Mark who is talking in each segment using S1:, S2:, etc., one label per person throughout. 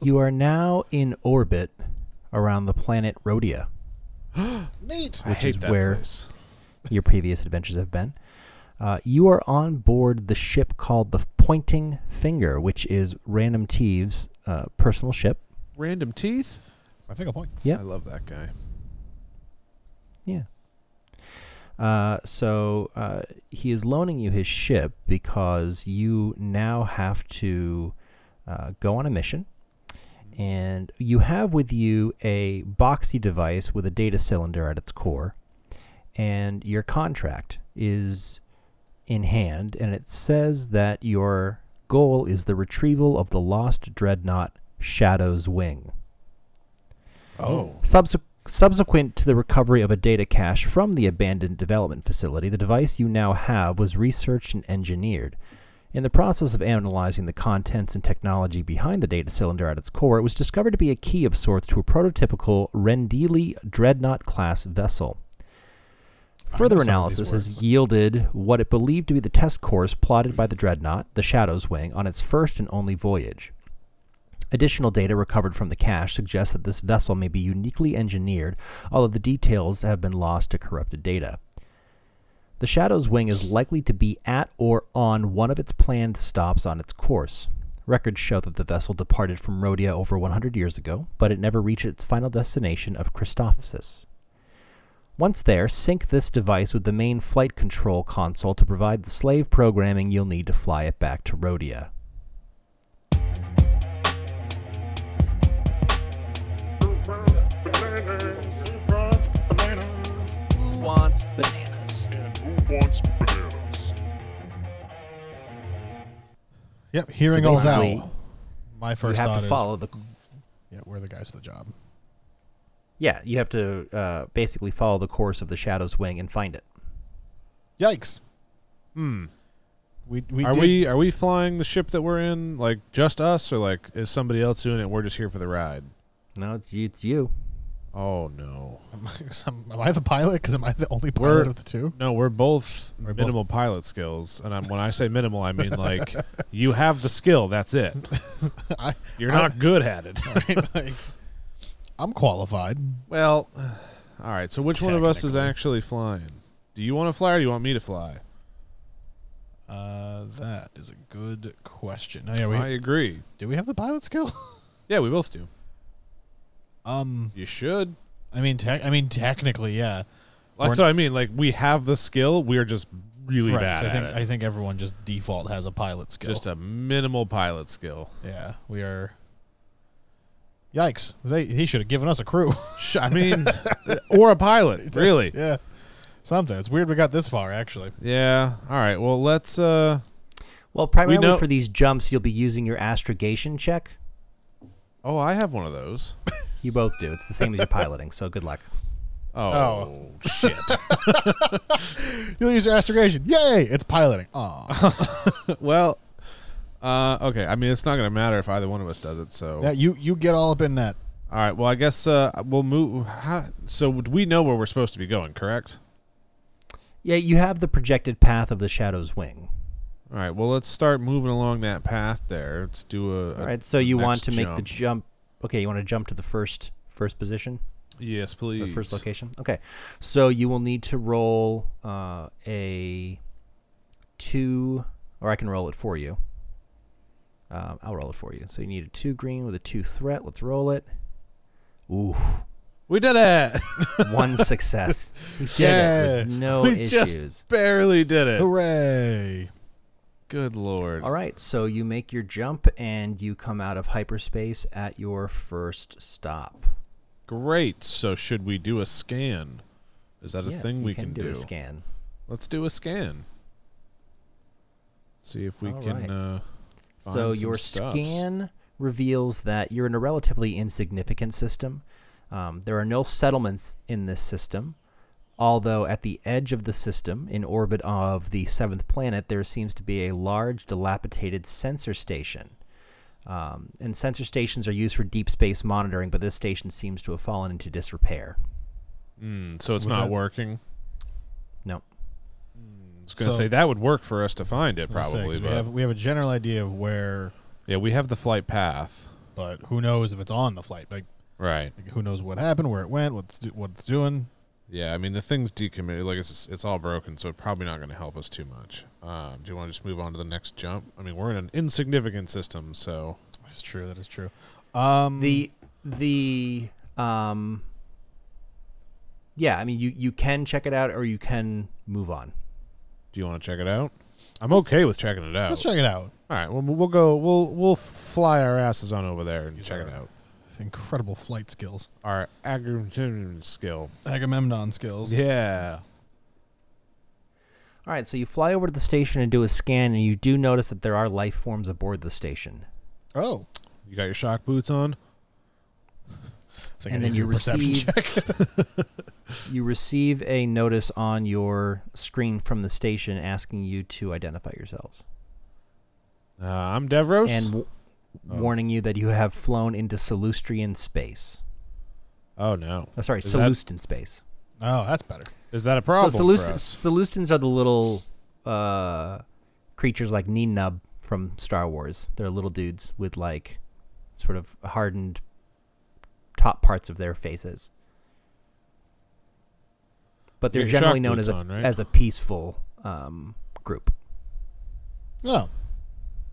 S1: You are now in orbit around the planet Rhodia,
S2: Neat.
S1: which is where your previous adventures have been. Uh, you are on board the ship called the Pointing Finger, which is Random Teeves' uh, personal ship.
S2: Random teeth.
S3: My finger points.
S1: Yeah.
S2: I love that guy.
S1: Yeah. Uh, so uh, he is loaning you his ship because you now have to uh, go on a mission. And you have with you a boxy device with a data cylinder at its core. And your contract is in hand. And it says that your goal is the retrieval of the lost dreadnought Shadow's Wing.
S2: Oh.
S1: Subse- subsequent to the recovery of a data cache from the abandoned development facility, the device you now have was researched and engineered. In the process of analyzing the contents and technology behind the data cylinder at its core, it was discovered to be a key of sorts to a prototypical Rendili Dreadnought class vessel. Further
S3: know some of these
S1: analysis has
S3: words.
S1: yielded what it believed to be the test course plotted by the Dreadnought, the Shadow's Wing, on its first and only voyage. Additional data recovered from the cache suggests that this vessel may be uniquely engineered, although the details have been lost to corrupted data. The Shadow's Wing is likely to be at or on one of its planned stops on its course. Records show that the vessel departed from Rhodia over 100 years ago, but it never reached its final destination of Christophosis. Once there, sync this device with the main flight control console to provide the slave programming you'll need to fly it back to Rhodia.
S4: Who wants bananas?
S3: Yep. Hearing all
S1: basically,
S3: that, my first
S1: you have
S3: thought
S1: to
S3: is,
S1: follow the
S3: yeah, we're the guys for the job.
S1: yeah, you have to uh, basically follow the course of the Shadow's Wing and find it.
S3: Yikes. Hmm. We we
S2: Are
S3: did,
S2: we are we flying the ship that we're in like just us or like is somebody else doing it? We're just here for the ride.
S1: No, it's you. It's you.
S2: Oh no.
S3: Am I, some- am I the pilot? Because am I the only pilot
S2: We're-
S3: of the two?
S2: No, we're both
S3: We're both-
S2: minimal pilot skills, and I'm, when I say minimal, I mean like you have the skill. That's it.
S3: I,
S2: You're not good at it.
S3: like, I'm qualified.
S2: well, all right. So which one of us is actually flying? Do you want to fly or do you want me to fly?
S3: Uh, that is a good question. Oh, yeah, we,
S2: I agree.
S3: do we have the pilot skill?
S2: Yeah, we both do.
S3: um,
S2: You should.
S3: I mean, tec- I mean, technically, yeah. We're-
S2: That's what I mean. Like we have the skill. We are just really
S3: Right.
S2: bad
S3: I think
S2: at it.
S3: I think everyone just default has a pilot skill.
S2: just a minimal pilot skill.
S3: yeah, we are. Yikes! They he should have given us a crew.
S2: Sh- I mean, or a pilot, really.
S3: yeah. Something. It's weird we got this far actually.
S2: Yeah. All right. Well, let's. uh
S1: Well, primarily
S2: know-
S1: for these jumps, you'll be using your astrogation check.
S2: Oh, I have one of those.
S1: You both do. It's the same as your piloting. So good luck.
S2: Oh,
S3: Oh.
S2: shit.
S3: You'll use your astrogation. Yay! It's piloting. Aw.
S2: well, uh, okay. I mean, it's not gonna matter if either one of us does it. So.
S3: yeah, you you get all up in that.
S2: All right. Well, I guess uh we'll move. How, so we know where we're supposed to be going, correct?
S1: Yeah, you have the projected path of the Shadow's Wing.
S2: All right. Well, let's start moving along that path there. Let's do a.
S1: All right. So you want
S2: next
S1: to make the jump.
S2: jump.
S1: Okay, you want to jump to the first first position.
S2: Yes, please.
S1: the first location. Okay, so you will need to roll uh, a two, or I can roll it for you. Um, I'll roll it for you. So you need a two green with a two threat. Let's roll it. Ooh,
S2: We did it.
S1: one success. You did it with no
S2: we
S1: issues.
S2: just barely did it.
S3: Hooray!
S2: Good lord.
S1: All right, so you make your jump and you come out of hyperspace at your first stop.
S2: Great. So should we do a scan? Is that a
S1: yes,
S2: thing
S1: you
S2: we
S1: can,
S2: can,
S1: do a scan.
S2: Let's do a scan. See if we
S1: All
S2: can.
S1: right.
S2: Uh, find
S1: So
S2: some
S1: your
S2: stuffs.
S1: scan reveals that you're in a relatively insignificant system. Um, there are no settlements in this system, although at the edge of the system, in orbit of the seventh planet, there seems to be a large, dilapidated sensor station. Um, and sensor stations are used for deep space monitoring, but this station seems to have fallen into disrepair.
S2: Mm, so it's
S3: Would
S2: not
S3: that-
S2: working.
S1: No.
S2: I was gonna
S3: So-
S2: say that would work for us to find it
S3: Let's say,
S2: probably,
S3: 'cause
S2: but
S3: we have we have a general idea of where
S2: yeah, we have the flight path.
S3: but who knows if it's on the flight? Like,
S2: Right.
S3: like, who knows what happened, where it went, what's do, what it's doing?
S2: Yeah. I mean, the thing's decommitted. Like it's it's all broken, so it's probably not going to help us too much. Um, do you want to just move on to the next jump? I mean, we're in an insignificant system, so
S3: That's true. That is true. Um,
S1: the the um yeah i mean you you can check it out or you can move on
S2: do you want to check it out? I'm okay with checking it out.
S3: let's check it out.
S2: All right. Well, we'll go. We'll we'll fly our asses on over there and check it out.
S3: Incredible flight skills,
S2: Our agricultural skill.
S3: Agamemnon skills.
S2: Yeah.
S1: all right so you fly over to the station and do a scan and you do notice that there are life forms aboard the station
S3: Oh,
S2: You got your shock boots on.
S3: I think
S1: and
S3: I
S1: then
S3: need
S1: you
S3: a perception
S1: receive
S3: check.
S1: you receive a notice on your screen from the station asking you to identify yourselves
S2: Uh, I'm Devros.
S1: and w-
S2: Oh.
S1: warning you that you have flown into Salustrian space
S2: oh no,
S1: oh, sorry
S2: Is that-
S1: Salustan space
S3: Oh, that's better.
S2: is that a
S1: so
S2: problem? for
S1: Salust-
S2: us?
S1: Salustans are the little uh, creatures like Neenub from Star Wars. They're little dudes with like sort of hardened top parts of their faces. But they're
S2: Yeah, shark
S1: generally known as a
S2: boots on, right?
S1: as a peaceful um, group.
S3: Oh,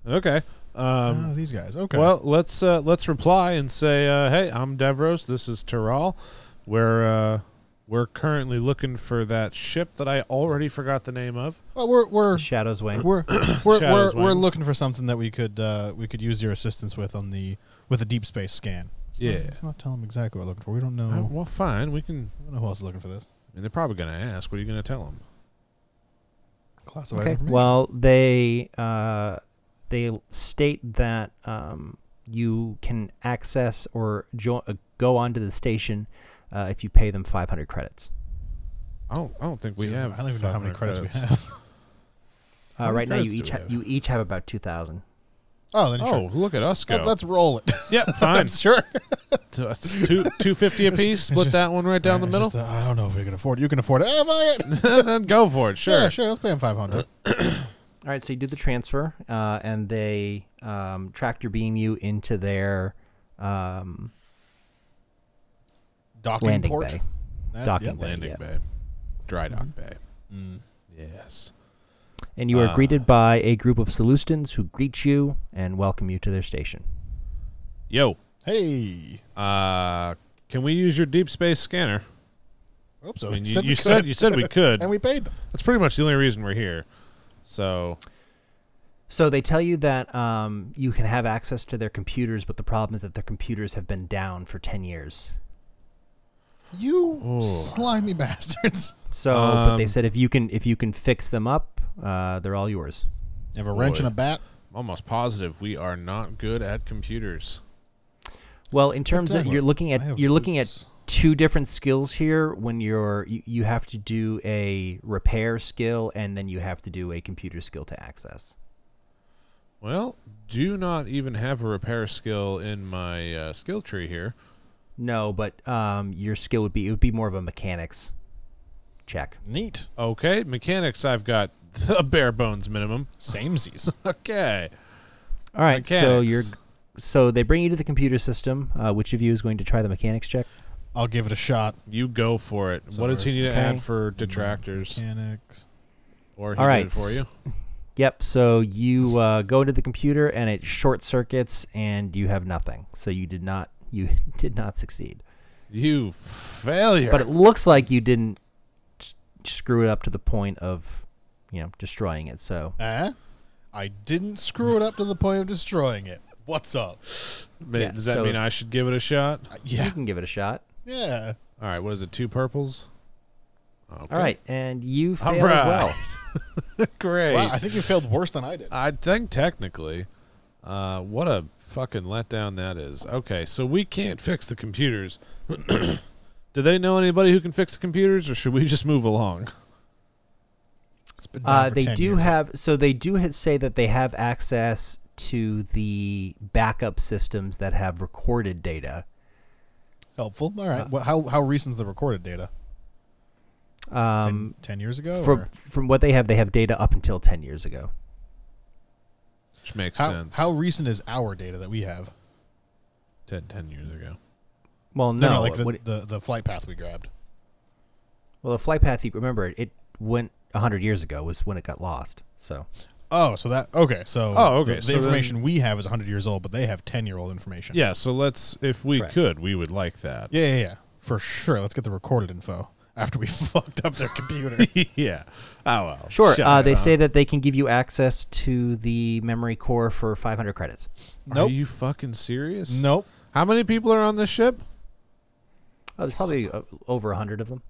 S2: Okay. Um,
S3: oh, these guys. Okay.
S2: Well, let's uh, let's reply and say, uh, "Hey, I'm Devros. This is Terrell. We're uh, we're currently looking for that ship that I already forgot the name of.
S3: well we're we're
S1: Shadows Wing.
S3: we're we're, we're,
S2: Shadows
S3: we're
S2: Wing.
S3: looking for something that we could uh, we could use your assistance with on the with a deep space scan. It's
S2: Yeah.
S3: Not, it's not telling them exactly what we're looking for. We don't know.
S2: Uh, well, fine. We can.
S3: I don't know who else is looking for this.
S2: I mean, they're probably going to ask. What are you going to tell them?
S3: Classified
S1: Okay.
S3: information.
S1: Well, they uh, they state that um, you can access or jo- uh, go onto the station uh, if you pay them 500 credits.
S2: I don't. I don't think we
S3: Dude,
S2: have.
S3: I don't even know how many
S2: 500
S3: credits, we have.
S2: How
S1: Uh,
S2: many
S1: right now, you
S2: credits do
S1: each
S2: we
S1: ha-
S2: have?
S1: you each have about two thousand.
S3: Oh, then
S2: Oh,
S3: sure.
S2: look at us go.
S3: Let, us roll it.
S2: yeah, fine.
S3: sure.
S2: That's two two fifty a piece.
S3: it's
S2: Split
S3: just-
S2: that one right down the
S3: It's
S2: middle.
S3: just, uh, I don't know if we can afford it. You can afford it. Eh, fuck it.
S2: Then go for it. Sure. Uh,
S3: Yeah, sure. Let's pay him five hundred.
S1: All right, so you do the transfer, uh, and they um, tractor beam you into their um,
S3: Docking
S1: landing
S3: port.
S1: bay.
S3: That-
S1: Docking
S3: yep.
S1: bay.
S2: Landing
S1: yeah.
S2: bay, dry dock bay.
S3: Mm.
S2: Yes.
S1: And you are
S2: Ah.
S1: greeted by a group of Salustans who greet you and welcome you to their station.
S2: Yo.
S3: Hey.
S2: Uh, can we use your deep space scanner?
S3: Oops.
S2: I mean, you,
S3: said we
S2: you
S3: could.
S2: said you said we could.
S3: and we paid them.
S2: That's pretty much the only reason we're here. So
S1: So they tell you that um, you can have access to their computers, but the problem is that their computers have been down for ten years.
S3: You
S2: Oh.
S3: slimy bastards.
S1: So, but they
S2: Um.
S1: said if you can if you can fix them up, uh, they're all yours.
S3: You have a wrench
S2: Boy.
S3: and a bat.
S2: I'm almost positive we are not good at computers.
S1: Well, in terms of
S3: does-
S1: you're looking
S3: I have
S1: at you're looking at
S3: boots.
S1: two different skills here when you're you, you have to do a repair skill and then you have to do a computer skill to access
S2: Well, do not even have a repair skill in my uh, skill tree here.
S1: no but um your skill would be it would be more of a mechanics check
S3: Neat.
S2: Okay, mechanics. I've got a bare bones minimum.
S3: Samesies.
S2: Okay.
S1: all right so
S2: Mechanics.
S1: you're so they bring you to the computer system uh, which of you is going to try the mechanics check
S3: I'll give it a shot.
S2: You go for it. what does he need to
S1: Okay.
S2: add for detractors?
S3: Mechanics.
S2: Or he
S1: all
S2: did
S1: right
S2: it for you?
S1: yep so you uh, go into the computer and it short circuits and you have nothing so you did not you did not succeed
S2: You failure.
S1: but it looks like you didn't s- screw it up to the point of you know destroying it so
S3: Eh? I didn't screw it up to the point of destroying it. What's up?
S2: Ma-
S1: yeah,
S2: does that
S1: so-
S2: mean I should give it a shot?
S3: Uh,
S1: you
S3: Yeah.
S1: can give it a shot
S3: Yeah.
S2: All right. What is it? Two purples. Okay.
S1: all right and you
S2: All
S1: fail
S2: right.
S1: as well
S2: Great.
S3: Wow, I think you failed worse than I did.
S2: I think technically, uh, what a fucking letdown that is. Okay, so we can't fix the computers. Do they know anybody who can fix the computers, or should we just move along?
S3: It's been down
S1: uh,
S3: for
S1: they
S3: 10
S1: do
S3: years.
S1: have so they do ha- say that they have access to the backup systems that have recorded data
S3: helpful. All
S1: Uh,
S3: right. well, how how recent is the recorded data? Ten,
S1: um,
S3: ten years ago.
S1: from
S3: or-
S1: from what they have they have data up until 10 years ago
S2: Which makes
S3: how,
S2: sense.
S3: how recent is our data that we have?
S2: ten, 10 years ago.
S1: Well,
S3: No,
S1: no,
S3: no, like the,
S1: what-
S3: the the flight path we grabbed.
S1: well, the flight path. you- Remember, it, it went hundred years ago was when it got lost. So
S3: Oh, so that okay. So
S2: Oh, okay,
S3: The, the
S2: so then-
S3: information we have is 100 years old, but they have 10 year old information.
S2: Yeah, so let's if we
S1: Correct.
S2: could, we would like that.
S3: yeah, yeah, yeah, for sure. Let's get the recorded info after we fucked up their computer.
S2: yeah. Oh well.
S1: sure,
S2: Shut
S1: uh, they
S2: up.
S1: say that they can give you access to the memory core for 500 credits.
S2: Are
S3: nope.
S2: you fucking serious?
S3: nope.
S2: How many people are on this ship?
S1: Oh, there's probably uh, over 100 of them.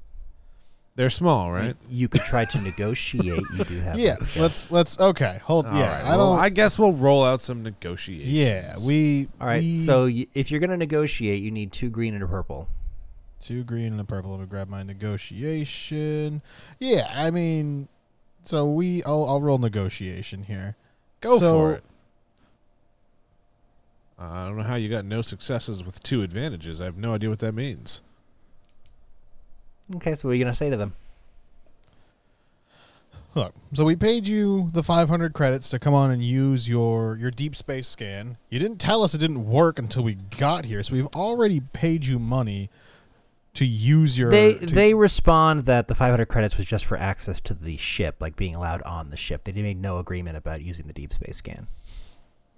S2: They're small, right?
S1: You could try to negotiate. You do have
S3: Yeah.
S1: that.
S3: Let's let's okay. Hold.
S2: All
S3: yeah.
S2: right,
S3: I
S2: well,
S3: don't.
S2: I guess we'll roll out some negotiations.
S3: yeah. We.
S1: All right.
S3: we-
S1: So y- if you're going to negotiate, you need two green and a purple.
S3: Two green and a purple. Let me grab my negotiation. Yeah, I mean, so we. I'll, I'll roll negotiation here.
S2: go
S3: So-
S2: for it. Uh, I don't know how you got no successes with two advantages. I have no idea what that means.
S1: Okay. So what are you going to say to them?
S3: Look, so we paid you the 500 credits to come on and use your your deep space scan. You didn't tell us it didn't work until we got here, so we've already paid you money to use your.
S1: They
S3: to-
S1: they respond that the 500 credits was just for access to the ship, like being allowed on the ship. They made no agreement about using the deep space scan.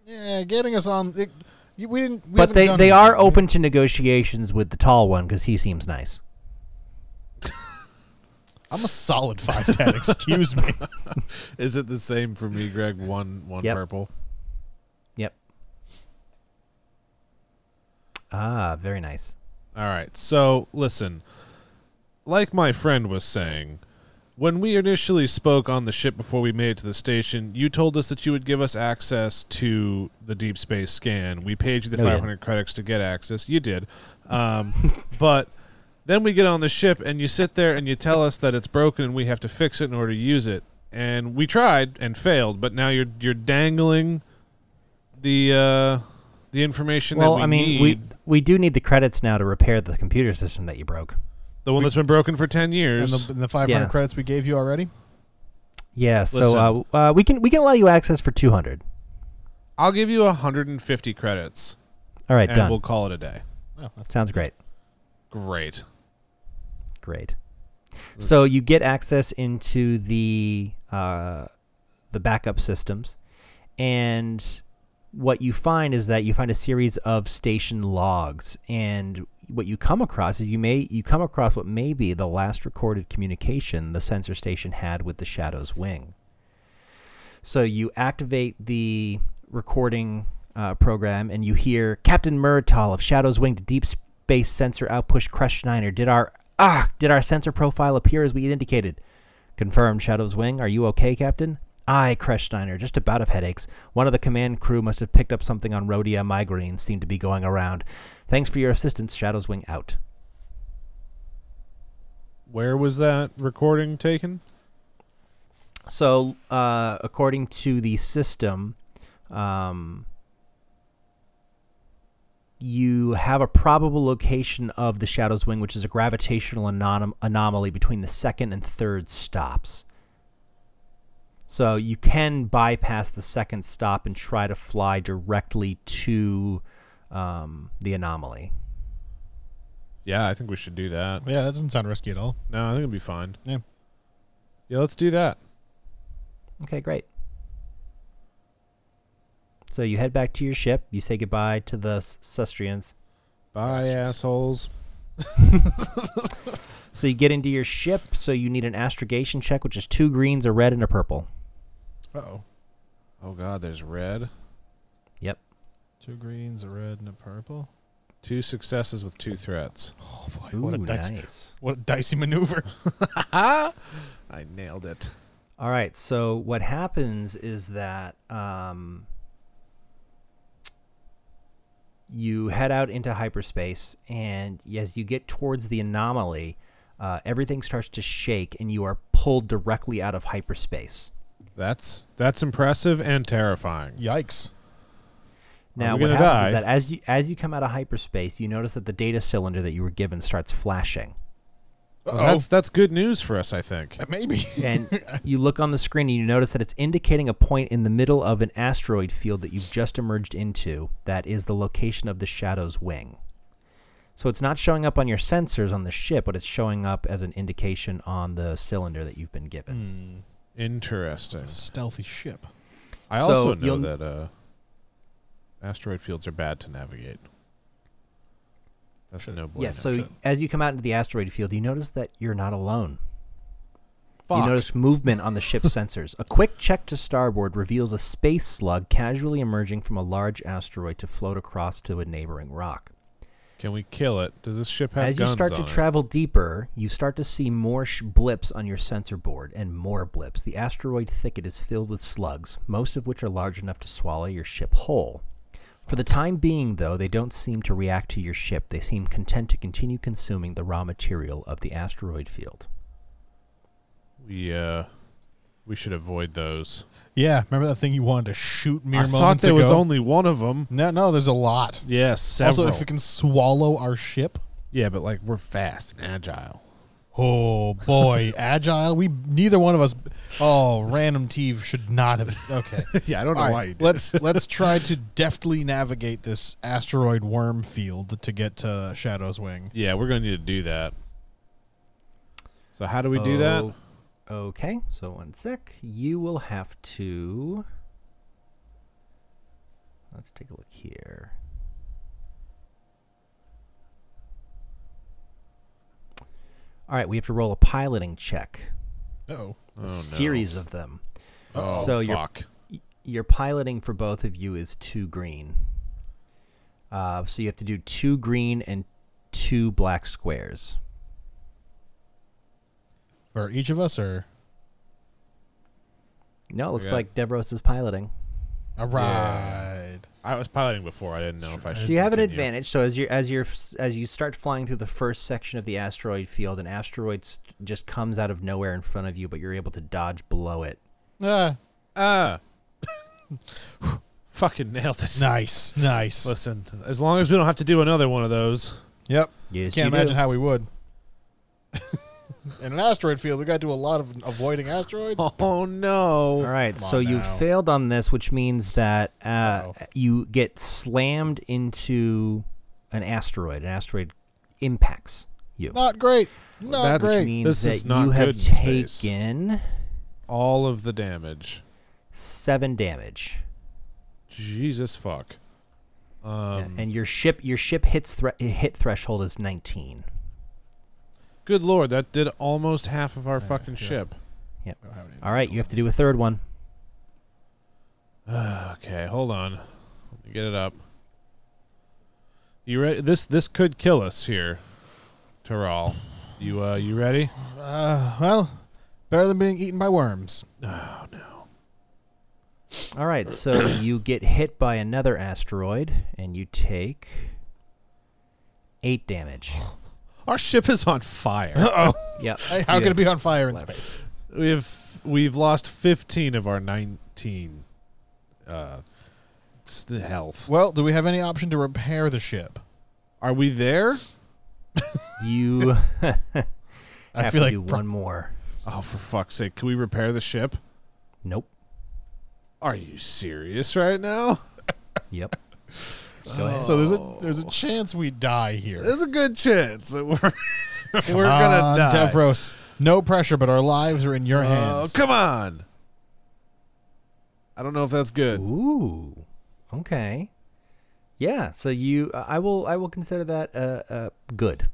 S3: yeah, getting us on. It, you- we didn't. We
S1: but
S3: haven't
S1: they,
S3: done
S1: they are
S3: anything.
S1: open to negotiations with the tall one because he seems nice.
S3: I'm a solid five ten. excuse me.
S2: Is it the same for me, Greg? One one
S1: Yep.
S2: purple.
S1: Yep. Ah, very nice.
S2: All right. So, listen. Like my friend was saying, when we initially spoke on the ship before we made it to the station, you told us that you would give us access to the deep space scan. We paid you the
S1: No, we
S2: 500 credits to get access. You did. Um, but then we get on the ship and you sit there and you tell us that it's broken and we have to fix it in order to use it. And we tried and failed, but now you're you're dangling the uh, the information
S1: Well,
S2: that we
S1: I mean,
S2: need.
S1: we we do need the credits now to repair the computer system that you broke.
S2: The one that's been broken for ten
S3: And
S2: years.
S3: the, and the 500
S1: Yeah.
S3: credits we gave you already.
S1: Yeah,
S2: Listen.
S1: so uh, uh, we can we can allow you access for 200.
S2: I'll give you hundred and fifty credits,
S1: All right,
S2: and
S1: done.
S2: we'll call it a day.
S3: Oh,
S1: Sounds great.
S2: Great.
S1: Great. So you get access into the uh, the backup systems, and what you find is that you find a series of station logs, and what you come across is you may you come across what may be the last recorded communication the sensor station had with the Shadow's wing. So you activate the recording uh, program and you hear Captain Muratal of Shadow's Wing to Deep Space Sensor Outpush Crush Niner. Did our ah did our sensor profile appear as we had indicated? Confirmed, Shadow's Wing. Are you okay, Captain? Aye, Crush Niner. Just about of headaches. One of the command crew must have picked up something on Rhodia. Migraines seem to be going around. Thanks for your assistance, Shadow's Wing. Out.
S2: Where was that recording taken?
S1: So, uh, according to the system, um, you have a probable location of the Shadow's Wing, which is a gravitational anom- anomaly between the second and third stops. So you can bypass the second stop and try to fly directly to um, the anomaly.
S2: Yeah, I think we should do that.
S3: yeah, that doesn't sound risky at all.
S2: No, I think it'd be fine.
S3: Yeah.
S2: Yeah, let's do that.
S1: Okay, great. So you head back to your ship. You say goodbye to the S- Sustrians.
S2: Bye,
S3: Bastards.
S2: assholes.
S1: So you get into your ship. So you need an astrogation check, which is two greens, a red, and a purple.
S3: Uh oh.
S2: Oh God, there's red.
S1: Yep.
S3: Two greens, a red, and a purple.
S2: Two successes with two threats.
S3: Oh boy,
S1: Ooh,
S3: what a dice!
S1: nice.
S3: What a dicey maneuver.
S2: I nailed it.
S1: All right. So what happens is that um, you head out into hyperspace, and as you get towards the anomaly, uh, everything starts to shake, and you are pulled directly out of hyperspace.
S2: That's that's impressive and terrifying.
S3: Yikes.
S1: Now,
S2: we
S1: what
S2: gonna
S1: happens
S2: die?
S1: is that as you as you come out of hyperspace, you notice that the data cylinder that you were given starts flashing.
S3: Uh-oh.
S2: That's that's good news for us, I think.
S3: maybe.
S1: and you look on the screen and you notice that it's indicating a point in the middle of an asteroid field that you've just emerged into that is the location of the shadow's wing. So it's not showing up on your sensors on the ship, but it's showing up as an indication on the cylinder that you've been given.
S2: Interesting.
S3: Stealthy ship.
S2: I
S1: So
S2: also know
S1: you'll-
S2: that uh, asteroid fields are bad to navigate. That's a no bueno.
S1: yeah, so as you come out into the asteroid field, you notice that you're not alone.
S2: Fuck.
S1: You notice movement on the ship's sensors. A quick check to starboard reveals a space slug casually emerging from a large asteroid to float across to a neighboring rock.
S2: Can we kill it? Does this ship have
S1: As you
S2: guns
S1: start to
S2: on it?
S1: travel deeper, you start to see more sh- blips on your sensor board and more blips. The asteroid thicket is filled with slugs, most of which are large enough to swallow your ship whole. For the time being, though, they don't seem to react to your ship. They seem content to continue consuming the raw material of the asteroid field.
S2: We uh, we should avoid those.
S3: Yeah, remember that thing you wanted to shoot mere
S2: I
S3: moments
S2: thought there
S3: ago?
S2: was only one of them.
S3: no, no, there's a lot.
S2: Yes, several.
S3: Also, if it can swallow our ship,
S2: yeah, but like we're fast and agile.
S3: oh boy, agile. We neither one of us. Oh, random Teve should not have. Okay,
S2: yeah, I don't know
S3: All right,
S2: why you did.
S3: let's let's try to deftly navigate this asteroid worm field to get to Shadow's Wing.
S2: yeah, we're going to need to do that. So how do we do that?
S1: Oh, Okay, so one sec. You will have to. Let's take a look here. All right, we have to roll a piloting check.
S3: Oh,
S2: Oh, no.
S1: a series of them.
S2: Oh,
S1: So you're-
S2: fuck.
S1: Y- Your piloting for both of you is two green. Uh, so you have to do two green and two black squares.
S3: for each of us, or
S1: No, it looks
S2: Okay.
S1: like Devros is piloting.
S3: all right.
S2: I was piloting before. I didn't know if I should.
S1: So you have an
S2: continue.
S1: advantage. So as you as you as you start flying through the first section of the asteroid field, an asteroid st- just comes out of nowhere in front of you, but you're able to dodge below it.
S3: Ah,
S2: Ah. Fucking nailed it.
S3: nice, nice.
S2: Listen, as long as we don't have to do another one of those.
S3: Yep.
S1: Yes,
S3: Can't
S1: you
S3: imagine
S1: do.
S3: how we would. In an asteroid field, we got to do a lot of avoiding asteroids.
S2: Oh no.
S1: All right,
S3: Come
S1: so
S3: on
S1: you
S3: now.
S1: failed on this, which means that uh,
S3: Uh-oh.
S1: you get slammed into an asteroid. An asteroid impacts you.
S3: Not great. Not
S2: That's-
S1: Which
S3: great.
S1: means
S2: This
S1: that
S2: is not
S1: you have
S2: good in space.
S1: taken
S2: All of the damage.
S1: seven damage,
S2: Jesus fuck. Um
S1: and your ship your ship hits thre- hit threshold is 19.
S2: good lord, that did almost half of our fucking ship.
S1: All right, you have to do a third one.
S2: Okay, hold on. Let me get it up. You ready? This this could kill us here, Terrell. You uh you ready?
S3: Uh, well, better than being eaten by worms.
S1: All right, so you get hit by another asteroid and you take eight damage.
S2: Our ship is on fire.
S1: Yep.
S3: Hey,
S1: so
S3: how
S1: you
S3: could it
S1: have-
S3: be on fire in
S1: left.
S3: space?
S2: we've we've lost 15 of our 19 uh s- health.
S3: Well, do we have any option to repair the ship?
S2: Are we there?
S1: You have
S3: I
S1: to
S3: feel like
S1: do
S3: pro-
S1: one more.
S2: Oh, for fuck's sake! Can we repair the ship?
S1: Nope.
S2: Are you serious right now?
S1: Yep. Go Oh. ahead.
S3: So there's a there's a chance we die here.
S2: There's a good chance that we're we're
S3: Come
S2: gonna
S3: on,
S2: die.
S3: Devros. No pressure, but our lives are in your
S2: Oh,
S3: hands.
S2: come on! I don't know if that's good.
S1: Ooh. Okay. Yeah. So you, uh, I will, I will consider that uh, uh, good.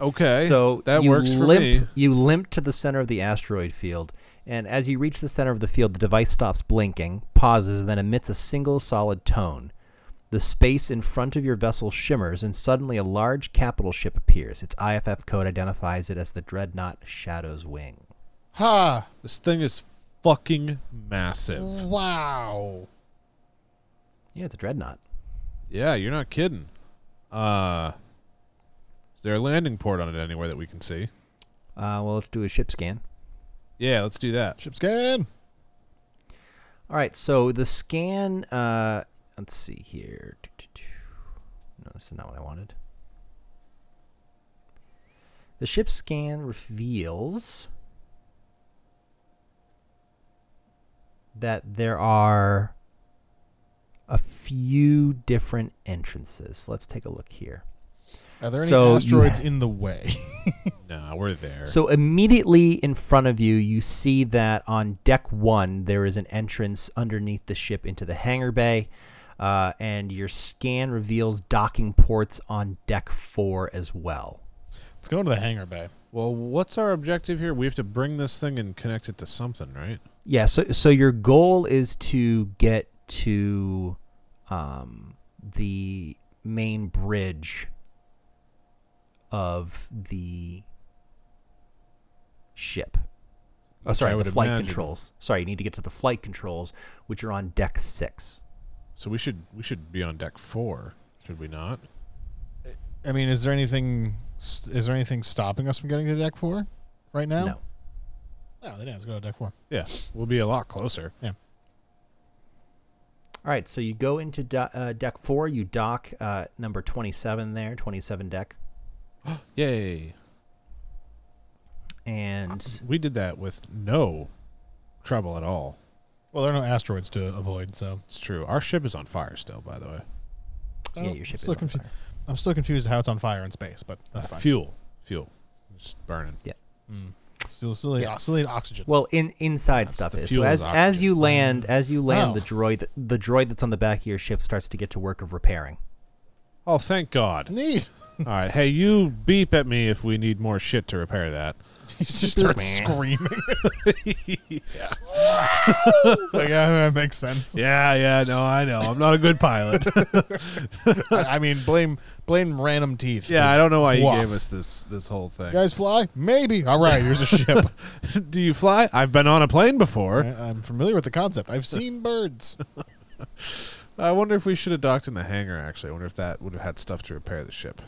S2: Okay,
S1: so
S2: that
S1: you
S2: works for
S1: limp,
S2: me.
S1: You limp to the center of the asteroid field, and as you reach the center of the field, the device stops blinking, pauses, and then emits a single solid tone. The space in front of your vessel shimmers, and suddenly a large capital ship appears. Its IFF code identifies it as the Dreadnought Shadow's Wing.
S3: Ha!
S2: This thing is fucking massive.
S3: Wow.
S1: Yeah, it's a Dreadnought.
S2: Yeah, you're not kidding. Uh, is there a landing port on it anywhere that we can see?
S1: Uh, well, let's do a ship scan.
S2: Yeah, let's do that.
S3: Ship scan.
S1: All right, so the scan. Uh, let's see here. No, this is not what I wanted. The ship scan reveals that there are a few different entrances. Let's take a look here.
S3: Are there any
S1: So you
S3: asteroids
S1: ha-
S3: in the way?
S2: No, we're there.
S1: So immediately in front of you, you see that on deck one there is an entrance underneath the ship into the hangar bay, uh, and your scan reveals docking ports on deck four as well.
S3: Let's go into the hangar bay.
S2: well, what's our objective here? We have to bring this thing and connect it to something, right?
S1: Yeah. So so your goal is to get to um, the main bridge of the ship. Oh,
S2: I
S1: sorry, the
S2: would
S1: flight
S2: imagine.
S1: controls. Sorry, you need to get to the flight controls, which are on deck six.
S2: So we should we should be on deck four, should we not?
S3: I mean, is there anything st- is there anything stopping us from getting to deck four right now?
S1: No.
S3: No, they didn't. Let's go to deck four.
S2: Yeah, we'll be a lot closer.
S1: All right, so you go into do- uh, deck four. You dock uh, number twenty-seven there, twenty-seven deck,
S2: Yay!
S1: and
S2: We did that with no trouble at all.
S3: Well, there are no asteroids to avoid, so
S2: It's true. Our ship is on fire still, by the way.
S3: I
S1: yeah,
S3: don't-
S1: your ship is
S3: still
S1: on
S3: confu-
S1: fire.
S3: I'm still confused how it's on fire in space, but that's
S2: Uh,
S3: fine.
S2: Fuel, fuel, just burning.
S3: Still, still, need-
S1: Yes.
S3: still need oxygen.
S1: Well, in inside
S2: That's
S1: stuff
S2: the
S1: is so
S2: fuel is
S1: as as you
S2: oxygen.
S1: land as you land
S3: Oh.
S1: the droid that, the droid that's on the back of your ship starts to get to work of repairing.
S2: Oh, thank God!
S3: Neat.
S2: All right, hey, you beep at me if we need more shit to repair that.
S3: you just start screaming. like, yeah, that makes sense.
S2: Yeah, yeah, no, I know. I'm not a good pilot.
S3: I, I mean, blame blame random teeth.
S2: yeah, I don't know why you
S3: Woof.
S2: gave us this this whole thing.
S3: You guys fly? Maybe. All right, here's a ship.
S2: Do you fly? I've been on a plane
S3: I,
S2: before.
S3: I'm familiar with the concept. I've seen birds.
S2: I wonder if we should have docked in the hangar. Actually, I wonder if that would have had stuff to repair the ship.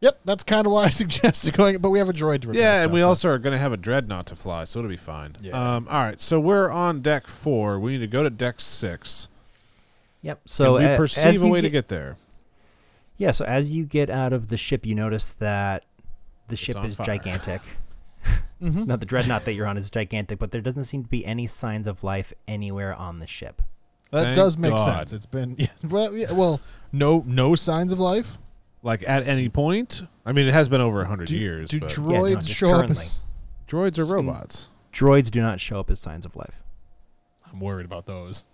S3: Yep, that's kind of why I suggested going. But we have a droid to repair
S2: Yeah,
S3: stuff,
S2: and we
S3: so-
S2: also are going to have a dreadnought to fly, so it'll be fine.
S3: Yeah.
S2: Um, all right, so we're on deck four. We need to go to deck six.
S1: Yep. So
S2: So we
S1: a- as
S2: perceive a
S1: you
S2: way to get there.
S1: yeah. So as you get out of the ship, you notice that the ship
S2: on
S1: is
S2: fire. Mm-hmm.
S1: gigantic. Not the dreadnought that you're on is gigantic, but there doesn't seem to be any signs of life anywhere on the ship.
S3: that
S2: Thank
S3: does make
S2: God.
S3: sense. It's been yeah, well, yeah, well, no, no signs of life.
S2: Like at any point. I mean, it has been over a hundred
S3: Do,
S2: years.
S3: do
S2: but
S3: droids
S1: Yeah, no, just
S3: show up?
S1: currently.
S3: As,
S2: droids are robots.
S1: Droids do not show up as signs of life.
S3: I'm worried about those.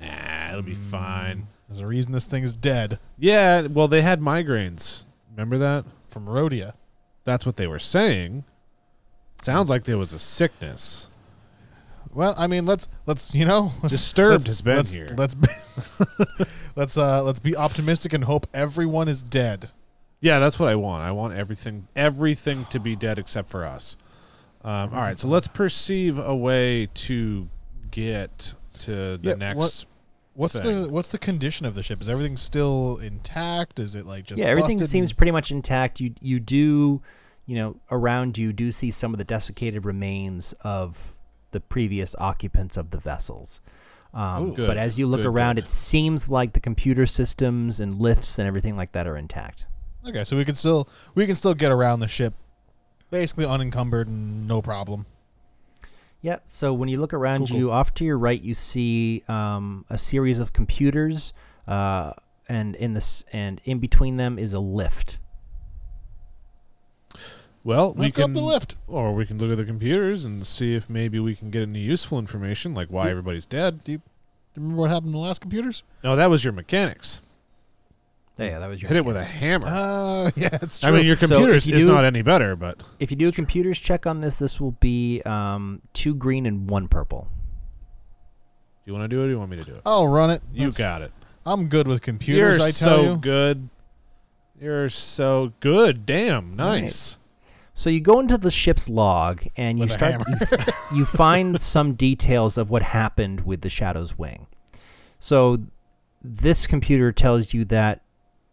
S2: Nah, it'll be fine.
S3: There's a reason this thing is dead
S2: Yeah. Well, they had migraines. Remember that?
S3: from Rhodia.
S2: That's what they were saying. Sounds like there was a sickness.
S3: Well, I mean, let's let's you know, let's,
S2: Disturbed
S3: let's-
S2: has been
S3: let's,
S2: here.
S3: Let's be, let's uh let's be optimistic and hope everyone is dead.
S2: Yeah, that's what I want. I want everything everything to be dead except for us. Um, all right, so let's perceive a way to get to the
S3: Yeah,
S2: next.
S3: what- What's the
S2: Thing.
S3: what's the condition of the ship? Is everything still intact? Is it like just
S1: yeah, everything
S3: busted
S1: seems
S3: and-
S1: pretty much intact. You you do, you know, around you do see some of the desiccated remains of the previous occupants of the vessels. Um, but
S2: Ooh. Good,
S1: as you look
S2: good,
S1: around,
S2: good.
S1: it seems like the computer systems and lifts and everything like that are intact.
S3: okay. So we can still we can still get around the ship, basically unencumbered and no problem.
S1: Yeah. So when you look around
S3: Cool,
S1: you, off to your right, you see um, a series of computers, uh, and in this and in between them is a lift.
S2: well, we
S3: Let's go
S2: can
S3: up the lift.
S2: or we can look at the computers and see if maybe we can get any useful information, like why
S3: Do-
S2: everybody's dead.
S3: Do you remember what happened in the last computers?
S2: No, that was your mechanics.
S1: Yeah, that was your
S2: Hit it with a hammer.
S3: Uh, yeah, it's true.
S2: I mean, your
S1: So if
S2: computers
S1: you
S2: is
S1: do-
S2: not any better, but
S1: If you do a computers check on this, this will be um, two green and one purple.
S2: do you want to do it? or Do you want me to do it?
S3: I'll run it.
S2: you
S3: Let's-
S2: got it.
S3: I'm good with computers.
S2: You're
S3: I tell
S2: so
S3: you.
S2: good. You're so good. Damn,
S1: right.
S2: nice.
S1: So you go into the ship's log and you
S3: With a
S1: start you, f- you find some details of what happened with the Shadow's wing. So this computer tells you that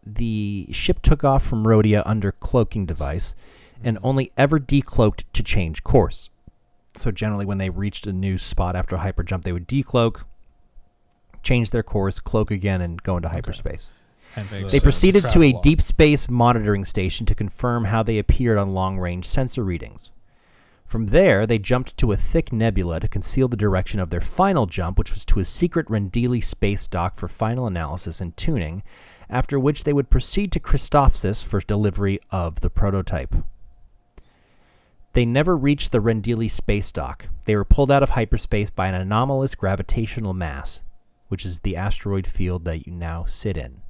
S1: the ship took off from Rhodia under cloaking device and
S3: Mm-hmm.
S1: only ever decloaked to change course. So generally when they reached a new spot after a hyperjump they would decloak, change their course, cloak again and go into hyperspace.
S3: Hence
S2: Makes
S3: the
S1: They
S2: sense.
S1: proceeded to a
S3: travelogue.
S1: deep space monitoring station to confirm how they appeared on long range sensor readings. From there, they jumped to a thick nebula to conceal the direction of their final jump, which was to a secret Rendili space dock for final analysis and tuning, after which they would proceed to Christophsis for delivery of the prototype. They never reached the Rendili space dock. They were pulled out of hyperspace by an anomalous gravitational mass, which is the asteroid field that you now sit in.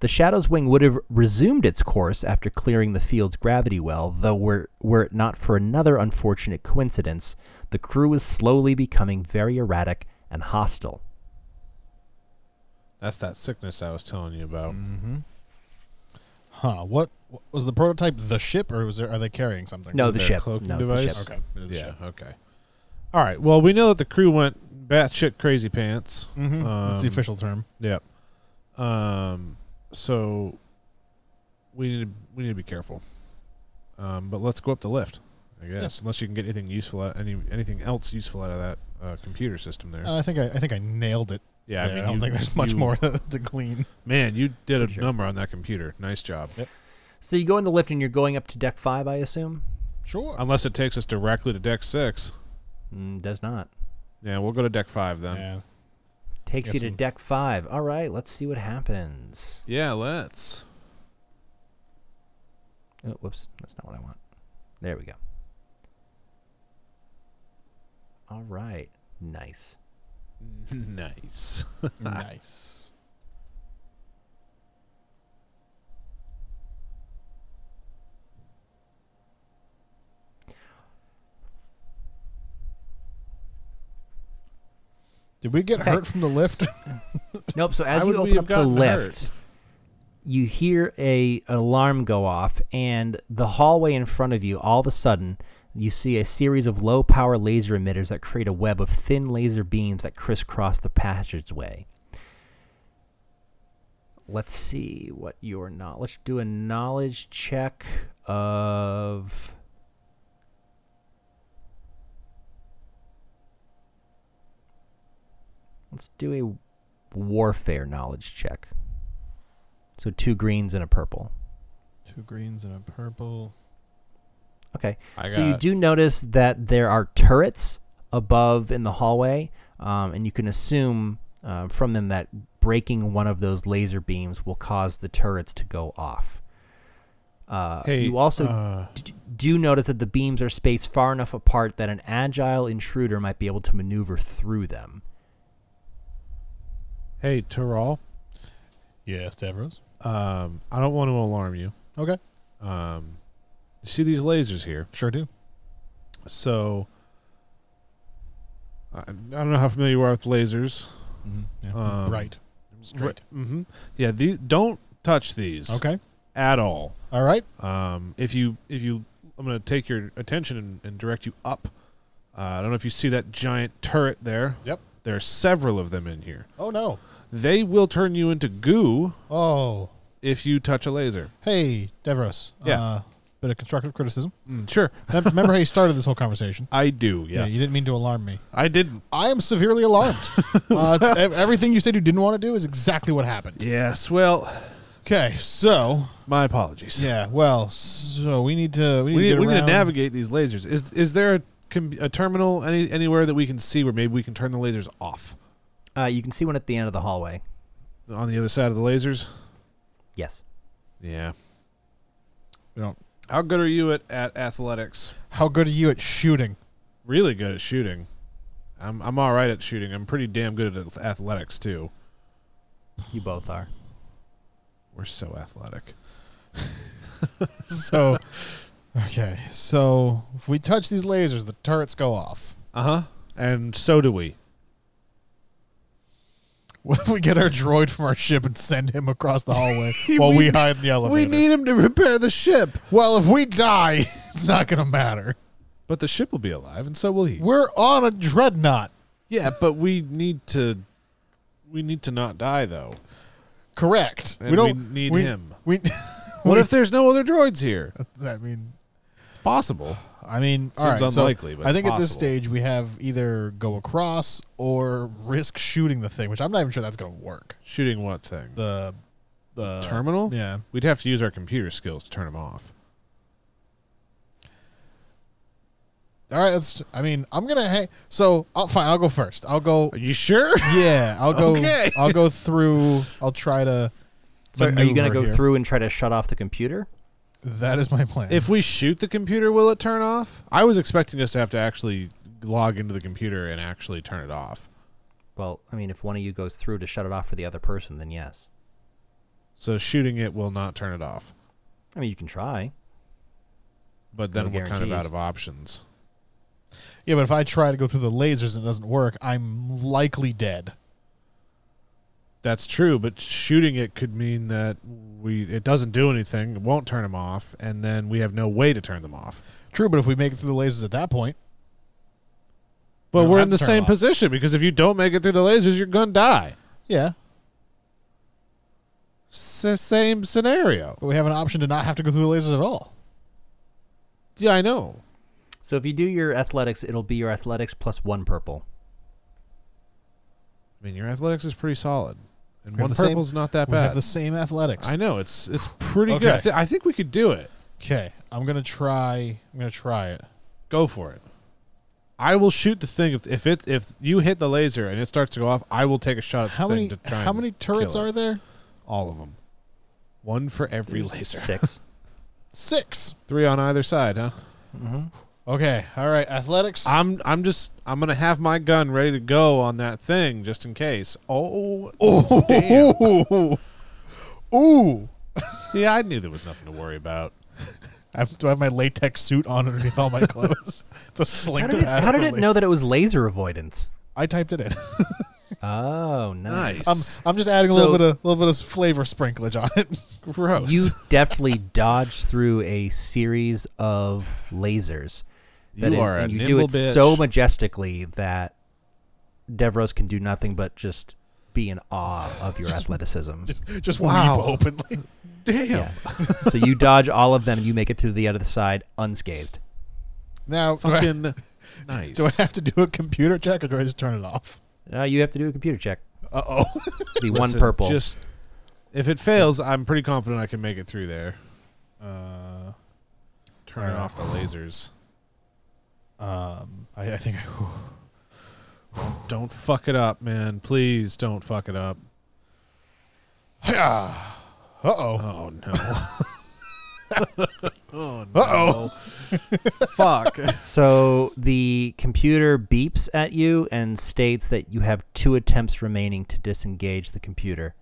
S1: The Shadow's wing would have resumed its course after clearing the field's gravity well, though were, were it not for another unfortunate coincidence, the crew was slowly becoming very erratic and hostile.
S2: That's that sickness I was telling you about.
S3: Mm. Mm-hmm. Huh? What what- was the prototype? The ship, or was there? Are they carrying something?
S1: No,
S3: Was
S1: the
S3: there-
S1: ship.
S2: cloaking
S1: No,
S2: device?
S1: it's the ship.
S3: Okay. it is the
S2: Yeah.
S3: ship.
S2: Okay. All right. Well, we know that the crew went batshit crazy pants.
S3: Mhm. That's the
S2: Um,
S3: official term.
S2: Yep. Um. So we need to, we need to be careful. Um. But let's go up the lift. I guess unless you can get anything useful out any anything else useful out of that uh, computer system there.
S3: Uh, I think I, I think I nailed it.
S2: yeah.
S3: there. I, don't
S2: you-
S3: think there's much
S2: you-
S3: more to glean.
S2: Man, you did a
S1: Sure.
S2: number on that computer. Nice job.
S1: So you go in the lift and you're going up to deck five, I assume?
S3: Sure.
S2: Unless it takes us directly to deck six.
S1: Mm, does not.
S2: Yeah, we'll go to deck five then. Yeah,
S3: yeah.
S1: Takes you
S3: Guess
S1: to
S3: I'm-
S1: deck five. All right, let's see what happens.
S2: let's.
S1: Oh, whoops, that's not what I want. There we go. All right, nice.
S2: nice.
S3: nice. Did we get
S1: Okay.
S3: hurt from the lift?
S1: Nope. So as
S2: How
S1: you
S2: would we
S1: open
S2: have
S1: up the
S2: gotten
S1: lift,
S2: hurt?
S1: you hear a an alarm go off, and the hallway in front of you. All of a sudden, you see a series of low power laser emitters that create a web of thin laser beams that crisscross the passageway. Let's see what your knowledge. Let's do a knowledge check of. Let's do a warfare knowledge check. So two greens and a purple.
S3: Two greens and a purple.
S1: Okay.
S2: I
S1: so you
S2: got-
S1: do notice that there are turrets above in the hallway, um, and you can assume uh, from them that breaking one of those laser beams will cause the turrets to go off. Uh,
S2: Hey,
S1: you also
S2: uh,
S1: d- do notice that the beams are spaced far enough apart that an agile intruder might be able to maneuver through them.
S2: hey, Terrell.
S3: Yes, Davros.
S2: Um, I don't want to alarm you.
S3: Okay,
S2: Um, you see these lasers here?
S3: sure do.
S2: So I, I don't know how familiar you are with lasers.
S3: Mm-hmm.
S2: Um,
S3: right. Straight.
S2: Mm-hmm. Yeah, these don't touch these
S3: Okay.
S2: at all.
S3: All right.
S2: Um, if you if you, I'm going to take your attention and, and direct you up. Uh, I don't know if you see that giant turret there.
S3: Yep.
S2: There are several of them in here.
S3: Oh no.
S2: They will turn you into goo
S3: Oh.
S2: if you touch a laser.
S3: Hey, Davros.
S2: Yeah.
S3: Uh, bit of constructive criticism.
S1: Hmm.
S2: Sure,
S3: Mem- Remember how you started this whole conversation?
S2: I do. Yeah,
S3: you didn't mean to alarm me.
S2: I didn't.
S3: I am severely alarmed. uh, it's- ev- everything you said you didn't want to do is exactly what happened.
S2: Yes. Well,
S3: Okay, so
S2: my apologies.
S3: yeah, well, so we need to we need,
S2: We
S3: to,
S2: need,
S3: get
S2: we need to
S3: around-
S2: navigate these lasers. Is is there a, com- a terminal any anywhere that we can see where maybe we can turn the lasers off
S1: Uh, you can see one at the end of the hallway.
S2: on the other side of the lasers?
S1: Yes.
S2: Yeah.
S3: You know,
S2: How good are you at, at athletics?
S3: how good are you at shooting?
S2: Really good at shooting. I'm I'm all right at shooting. I'm pretty damn good at ath- athletics too.
S1: You both are.
S2: We're so athletic.
S3: So, okay, so if we touch these lasers, the turrets go off.
S2: Uh huh. And so do we.
S3: What if we get our droid from our ship and send him across the hallway while we,
S2: We-
S3: hide in the elevator?
S2: We need him to repair the ship,
S3: well, if we die, it's not going to matter.
S2: but the ship will be alive, and so will he.
S3: We're on a dreadnought.
S2: Yeah, but we need to. We need to not die though.
S3: Correct.
S2: And
S3: we
S2: we
S3: don't
S2: need
S3: we-
S2: him.
S3: We
S2: What if there's no other droids here?
S3: I mean, it's
S2: possible.
S3: I mean, all
S2: Seems
S3: right, so
S2: unlikely, but
S3: I
S2: it's
S3: think at this
S2: possible.
S3: stage we have either go across or risk shooting the thing, which I'm not even sure that's going to work.
S2: Shooting what thing?
S3: The the
S1: Oh.
S2: terminal?
S3: Yeah.
S2: We'd have to use our computer skills to turn them off.
S3: All right. Let's. I mean, I'm gonna. Hey. So I'll fine. I'll go first. I'll go.
S2: Are you sure?
S3: Yeah. I'll go.
S2: Okay.
S3: I'll go through. I'll try to.
S1: So are you going to
S3: maneuver
S1: go
S3: here.
S1: through and try to shut off the computer?
S3: That is my plan.
S2: if we shoot the computer, will it turn off? I was expecting us to have to actually log into the computer and actually turn it off.
S1: Well, I mean, if one of you goes through to shut it off for the other person, then yes.
S2: So shooting it will not turn it off.
S1: I mean, you can try.
S2: But then
S1: No
S2: we're kind of
S1: guarantees.
S2: out of options.
S3: yeah, but if I try to go through the lasers and it doesn't work, I'm likely dead.
S2: That's true, but shooting it could mean that we it doesn't do anything, it won't turn them off, and then we have no way to turn them off.
S3: True, but if we make it through the lasers at that point,
S2: But
S3: don't
S2: we're
S3: have
S2: in
S3: to
S2: the
S3: turn 'em
S2: same
S3: off.
S2: position because if you don't make it through the lasers, you're gonna die.
S3: yeah,
S2: S- same scenario.
S3: but we have an option to not have to go through the lasers at all.
S2: Yeah, I know.
S1: So if you do your athletics, it'll be your athletics plus one purple.
S2: I mean, your athletics is pretty solid, and
S3: We have
S2: one
S3: the same-
S2: purple's not that
S3: We have
S2: bad.
S3: the same athletics.
S2: I know it's it's pretty
S3: Okay.
S2: good. I, thi- I think we could do it.
S3: Okay, I'm gonna try. I'm gonna try it.
S2: Go for it. I will shoot the thing if if it if you hit the laser and it starts to go off. I will take a shot at the
S3: How
S2: thing
S3: many?
S2: to try.
S3: How many turrets are
S2: there?
S3: there?
S2: All of them. One for every laser.
S1: Six.
S3: Six.
S2: Three on either side, huh?
S3: Okay. All right. Athletics.
S2: I'm I'm just I'm gonna have my gun ready to go on that thing just in case. Oh, damn.
S3: Ooh. Ooh.
S2: See, I knew there was nothing to worry about.
S3: I have, do I have my latex suit on underneath all my clothes? it's a sling.
S1: How did it,
S3: past
S1: how did
S3: the
S1: it know
S3: laser.
S1: that it was laser avoidance?
S3: I typed it in.
S1: Oh, nice.
S2: Nice.
S3: I'm, I'm just adding a
S1: So-
S3: little bit of little bit of flavor sprinklage on it.
S2: Gross.
S1: You deftly dodge through a series of lasers. that
S2: You
S1: it-
S2: are a
S1: and you do
S2: nimble
S1: it so
S2: bitch.
S1: majestically that Devros can do nothing but just be in awe of your athleticism.
S3: just
S2: Wow.
S3: weep openly.
S2: damn.
S1: Yeah. so you dodge all of them and you make it through the other side unscathed.
S3: Now, do I,
S2: Fucking nice.
S3: do I have to do a computer check or do I just turn it off?
S1: Uh, you have to do a computer check.
S3: Uh oh.
S1: The one
S2: Listen,
S1: purple.
S2: Just if it fails, I'm pretty confident I can make it through there.
S3: Uh,
S2: Turning
S3: Alright.
S2: off the lasers.
S3: um, I, I think I.
S2: Don't fuck it up, man. Please don't fuck it up.
S3: Uh oh.
S2: Oh no. oh no.
S3: Uh-oh.
S2: Fuck.
S1: so the computer beeps at you and states that you have two attempts remaining to disengage the computer.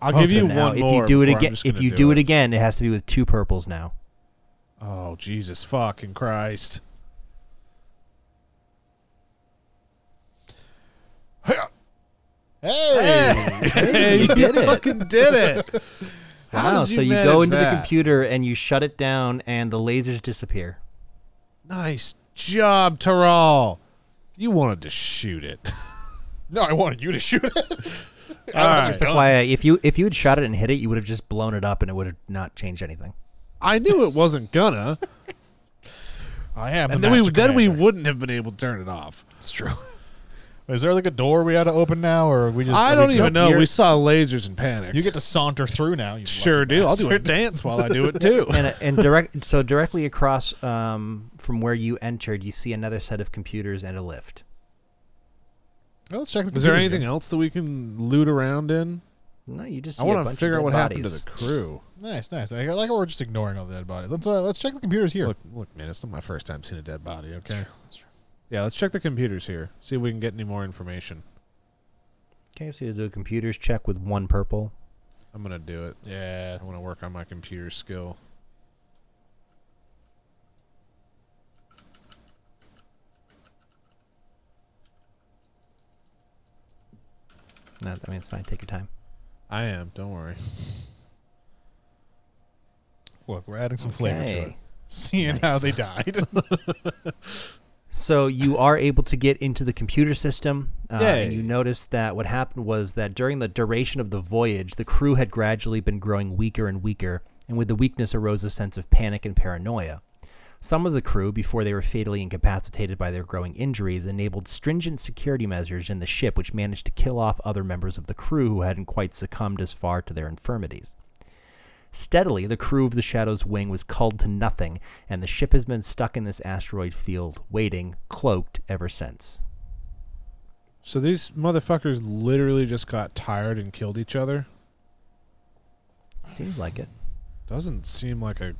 S2: I'll give
S3: Okay,
S2: you
S1: So now,
S2: one
S1: if
S2: more.
S1: you do it
S2: before I'm
S1: again,
S2: just
S1: if
S2: gonna
S1: you do it again, it has to be with two purples now.
S2: Oh Jesus fucking Christ!
S3: Hey.
S2: Hey, you
S1: did it.
S2: fucking did it! How
S1: wow!
S2: did
S1: so you
S2: manage
S1: go into
S2: that?
S1: the computer and you shut it down, and the lasers disappear.
S2: Nice job, Terrell. You wanted to shoot it.
S3: No, I wanted you to shoot it. I
S2: All
S3: don't
S2: right.
S3: have to
S1: Why? uh, If you if you had shot it and hit it, you would have just blown it up, and it would have not changed anything.
S2: I knew it wasn't gonna,
S3: I am.
S2: and
S3: the
S2: then we
S3: master
S2: then we
S3: commander.
S2: wouldn't have been able to turn it off.
S3: It's true. Is there like a door we had to open now, or we just?
S2: I
S3: we
S2: don't
S3: good?
S2: even know.
S1: You're-
S2: We saw lasers and panic.
S3: You get to saunter through now. You
S2: sure
S3: lucky
S2: do. I'll do a
S3: bastard.
S2: dance while I do it too.
S1: And uh, and direct so directly across um, from where you entered, you see another set of computers and a lift.
S3: Well, let's check the
S2: Is there
S3: computers
S2: anything else that we can loot around in?
S1: No, you just
S2: I
S1: want
S2: want to figure out what happened to the crew.
S3: here. Nice, nice. I like how we're just ignoring all the dead bodies. Let's uh, let's check the computers here.
S2: Look, look, man, it's not my first time seeing a dead body.
S3: It's true,
S2: Okay.
S3: it's true.
S2: Yeah, let's check the computers here. See if we can get any more information.
S1: Okay, so you do a computers check with one purple.
S2: I'm gonna do it.
S3: Yeah.
S2: I want to work on my computer skill.
S1: No, I mean it's fine. Take your time.
S2: I am. Don't worry.
S3: Look, we're adding some flavor to it.
S1: Okay.
S3: Seeing
S1: Nice.
S3: how they died.
S1: So you are able to get into the computer system, uh, and
S2: Yay.
S1: you notice that what happened was that during the duration of the voyage, the crew had gradually been growing weaker and weaker and with the weakness arose a sense of panic and paranoia. Some of the crew, before they were fatally incapacitated by their growing injuries, enabled stringent security measures in the ship, which managed to kill off other members of the crew who hadn't quite succumbed as far to their infirmities. Steadily, the crew of the Shadow's wing was culled to nothing, and the ship has been stuck in this asteroid field, waiting, cloaked, ever since.
S2: So these motherfuckers literally just got tired and killed each other.
S1: Seems like it.
S2: Doesn't seem like a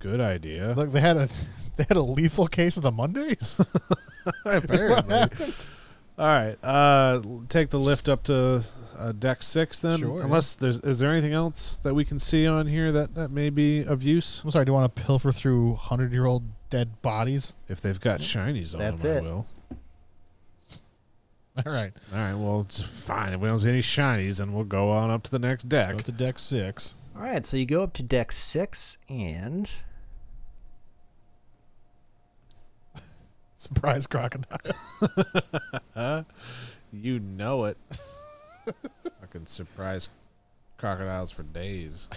S2: good idea.
S3: Like they had a they had a lethal case of the Mondays. That's what
S2: Apparently.
S3: happened.
S2: All right, uh, l- take the lift up to uh, deck six then.
S3: Sure, yeah.
S2: Unless there's is there anything else that we can see on here that that may be of use?
S3: I'm sorry. Do you want to pilfer through hundred year old dead bodies?
S2: If they've got shinies on
S1: That's
S2: them,
S1: it.
S2: I will.
S3: All right.
S2: All right, well it's fine. If we don't see any shinies, then we'll go on up to the next
S3: Go
S2: deck.
S3: to deck six.
S1: All right, so you go up to deck six, and
S3: Surprise crocodile.
S2: You know it. I can surprise crocodiles for days.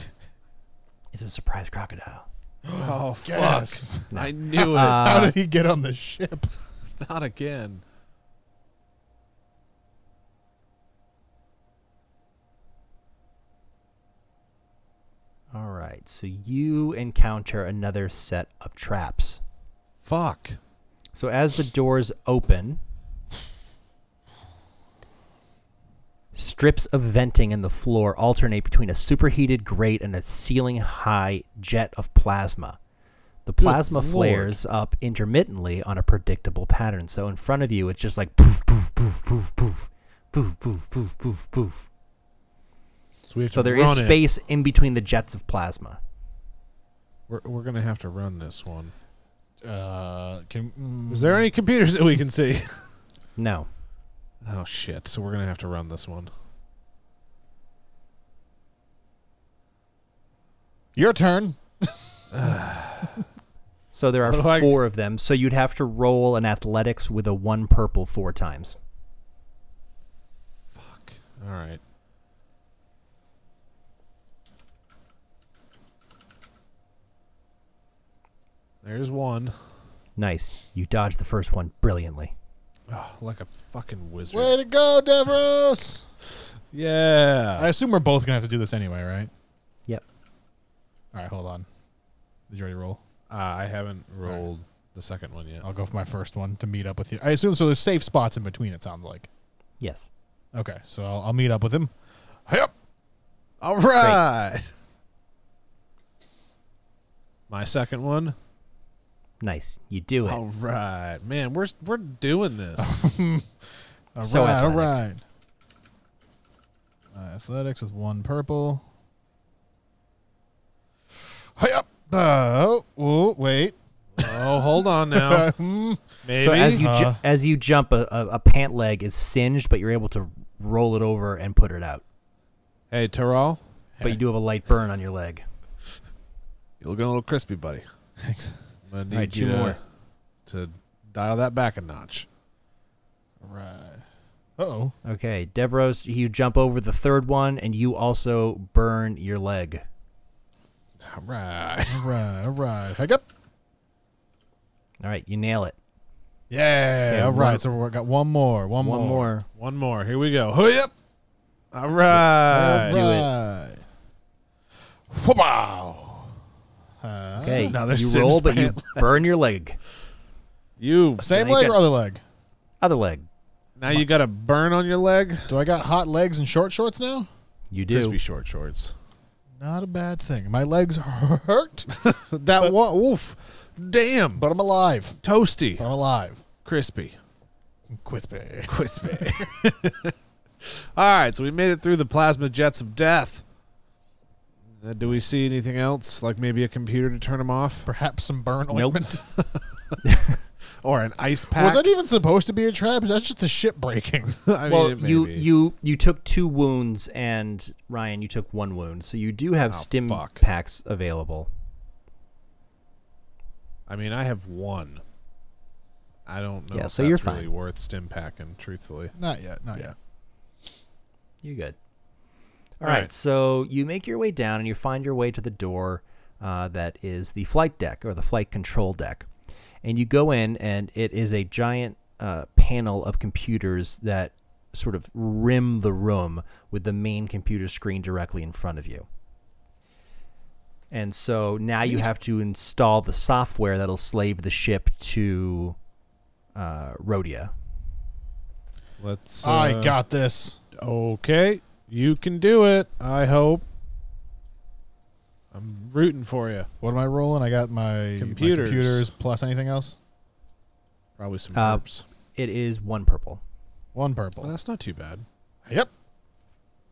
S1: it's a surprise crocodile.
S2: Oh fuck!
S3: Yes.
S2: I knew it.
S3: How
S1: Uh,
S3: did he get on the ship?
S2: Not again.
S1: all right, so you encounter another set of traps.
S2: Fuck.
S1: So as the doors open, strips of venting in the floor alternate between a superheated grate and a ceiling high jet of plasma. The plasma
S2: lord.
S1: flares up intermittently on a predictable pattern. So in front of you, it's just like poof, poof, poof, poof, poof, poof, poof, poof, poof, poof.
S2: So we have
S1: So
S2: to
S1: there
S2: run
S1: is
S2: it.
S1: space in between the jets of plasma.
S2: We're, we're gonna have to run this one.
S3: Uh, can mm,
S2: Is there any computers that we can see?
S1: No.
S2: Oh shit! So we're gonna have to run this one.
S3: your turn?
S1: So there are
S2: What do I-
S1: four of them. So you'd have to roll an athletics with a one purple four times.
S2: Fuck. All right. There's one.
S1: Nice. You dodged the first one brilliantly.
S2: Oh, like a fucking wizard.
S3: Way to go, Devros! I
S2: Yeah.
S3: assume we're both gonna have to do this anyway, right?
S1: Yep.
S3: All right, hold on. Did you already roll?
S2: uh, I haven't rolled the second one yet.
S3: I'll go for my first one to meet up with you. I assume so. There's safe spots in between. It sounds like.
S1: Yes.
S3: Okay, so I'll, I'll meet up with him. Yep.
S2: All right. My second one.
S1: Nice. You do it.
S2: All right, man. We're we're doing this.
S3: All right.
S1: So
S3: all right. Uh, athletics with one purple. Hey up. Uh, oh, oh, wait.
S2: oh, hold on now.
S3: Hmm.
S2: Maybe.
S1: So as you ju-
S3: Uh.
S1: as you jump, a, a, a pant leg is singed, but you're able to roll it over and put it out.
S2: hey, Terrell.
S1: But you do have a light burn on your leg.
S2: You're looking a little crispy, buddy.
S3: Thanks.
S2: I'm gonna need
S1: All right,
S2: you
S1: two
S2: to,
S1: more.
S2: to dial that back a notch.
S3: All right. Uh oh.
S1: Okay, Devros, you jump over the third one, and you also burn your leg.
S2: All right.
S3: All right. All right. Hey up.
S1: All right, you nail it.
S3: Yeah.
S1: Okay,
S3: all right.
S1: one-
S3: so we got one more. One,
S1: One
S3: more.
S1: more.
S2: One more. Here we go. Hurry up. All right.
S1: Do it.
S3: right. Whoa. Uh,
S1: Okay,
S2: Another
S1: you
S2: Ah, singed
S1: roll, but you
S2: pant
S1: burn your leg.
S2: You
S3: Same
S1: Then you
S3: leg or
S1: got-
S3: other leg?
S1: Other leg.
S2: now you got a burn on your leg.
S3: Do I got hot legs and short shorts now?
S1: You do.
S2: Crispy short shorts.
S3: Not a bad thing. My legs hurt,
S2: That one. Oof. Damn.
S3: but I'm alive.
S2: Toasty.
S3: I'm alive.
S2: Crispy.
S3: Quispy.
S2: Crispy. All right. So we made it through the plasma jets of death. Uh, do we see anything else? Like maybe a computer to turn them off,
S3: Perhaps some burn
S1: Nope.
S3: ointment.
S2: or an ice
S3: Was
S2: pack?
S3: that even supposed to be a trap? Is that just the ship breaking?
S2: I mean,
S1: well,
S2: it may
S1: you
S2: be.
S1: you you took two wounds, and Ryan, you took one wound, so you do have
S2: Oh,
S1: stim
S2: fuck.
S1: packs available.
S2: I mean, I have one. I don't know
S1: Yeah,
S2: if
S1: so
S2: that's
S1: you're
S2: really
S1: fine.
S2: worth stim packing, truthfully.
S3: not yet. Not yet.
S1: You're good. All
S2: All
S1: right.
S2: right.
S1: So you make your way down and you find your way to the door uh, that is the flight deck or the flight control deck. And you go in, and it is a giant uh, panel of computers that sort of rim the room with the main computer screen directly in front of you. And so now you have to install the software that'll slave the ship to uh, Rhodia.
S2: Let's.
S3: I
S2: uh,
S3: got this.
S2: Okay, you can do it. I hope. I'm rooting for you.
S3: What am I rolling? I got my my
S2: Computers.
S3: computers plus anything else.
S2: Probably some
S1: Uh,
S2: herbs.
S1: It is one purple.
S3: One
S2: Well,
S3: purple.
S2: that's not too bad.
S3: Yep.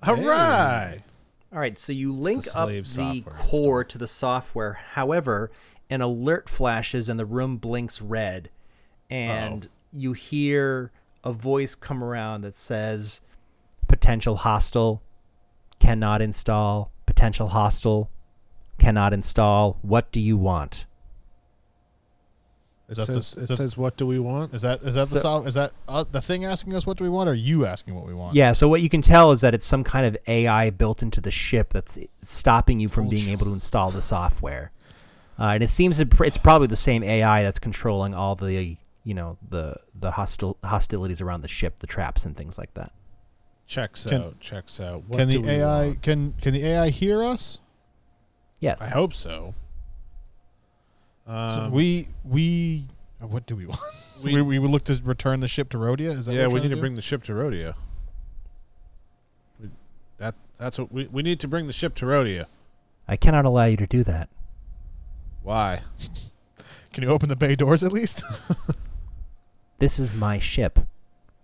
S2: All
S3: Hey.
S2: right.
S1: All right, so you link
S2: the
S1: up
S2: slave
S1: the
S2: software
S1: core to the software. However, an alert flashes and the room blinks red,
S2: Oh.
S1: and you hear a voice come around that says, "Potential hostile, cannot install. Potential hostile, cannot install. What do you want?"
S2: It,
S3: That
S2: says,
S3: the-
S2: it
S3: that-
S2: says, what do we want?
S3: Is that is that
S1: So-
S3: the sol- is that uh, the thing asking us what do we want? Or are you asking what we want?
S1: Yeah, so what you can tell is that it's some kind of AI built into the ship that's stopping you from
S3: Told
S1: being
S3: you.
S1: able to install the software. Uh, and it seems to pr- it's probably the same AI that's controlling all the you know the the hostil- hostilities around the ship, the traps and things like that.
S2: Checks
S3: Can-
S2: out. Checks out. What
S3: Can
S2: do
S3: the
S2: we
S3: AI
S2: want?
S3: can can the AI hear us?
S1: Yes.
S2: I hope so.
S3: So
S2: Um,
S3: we we uh, what do we want?
S2: We-
S3: We, we would look to return the ship to Rhodia. Is that
S2: yeah,
S3: what
S2: we need
S3: we're trying
S2: to
S3: do?
S2: bring the ship to Rodeo. We, that that's what we, we need to bring the ship to Rodeo.
S1: I cannot allow you to do that.
S2: Why?
S3: Can you open the bay doors at least?
S1: This is my ship.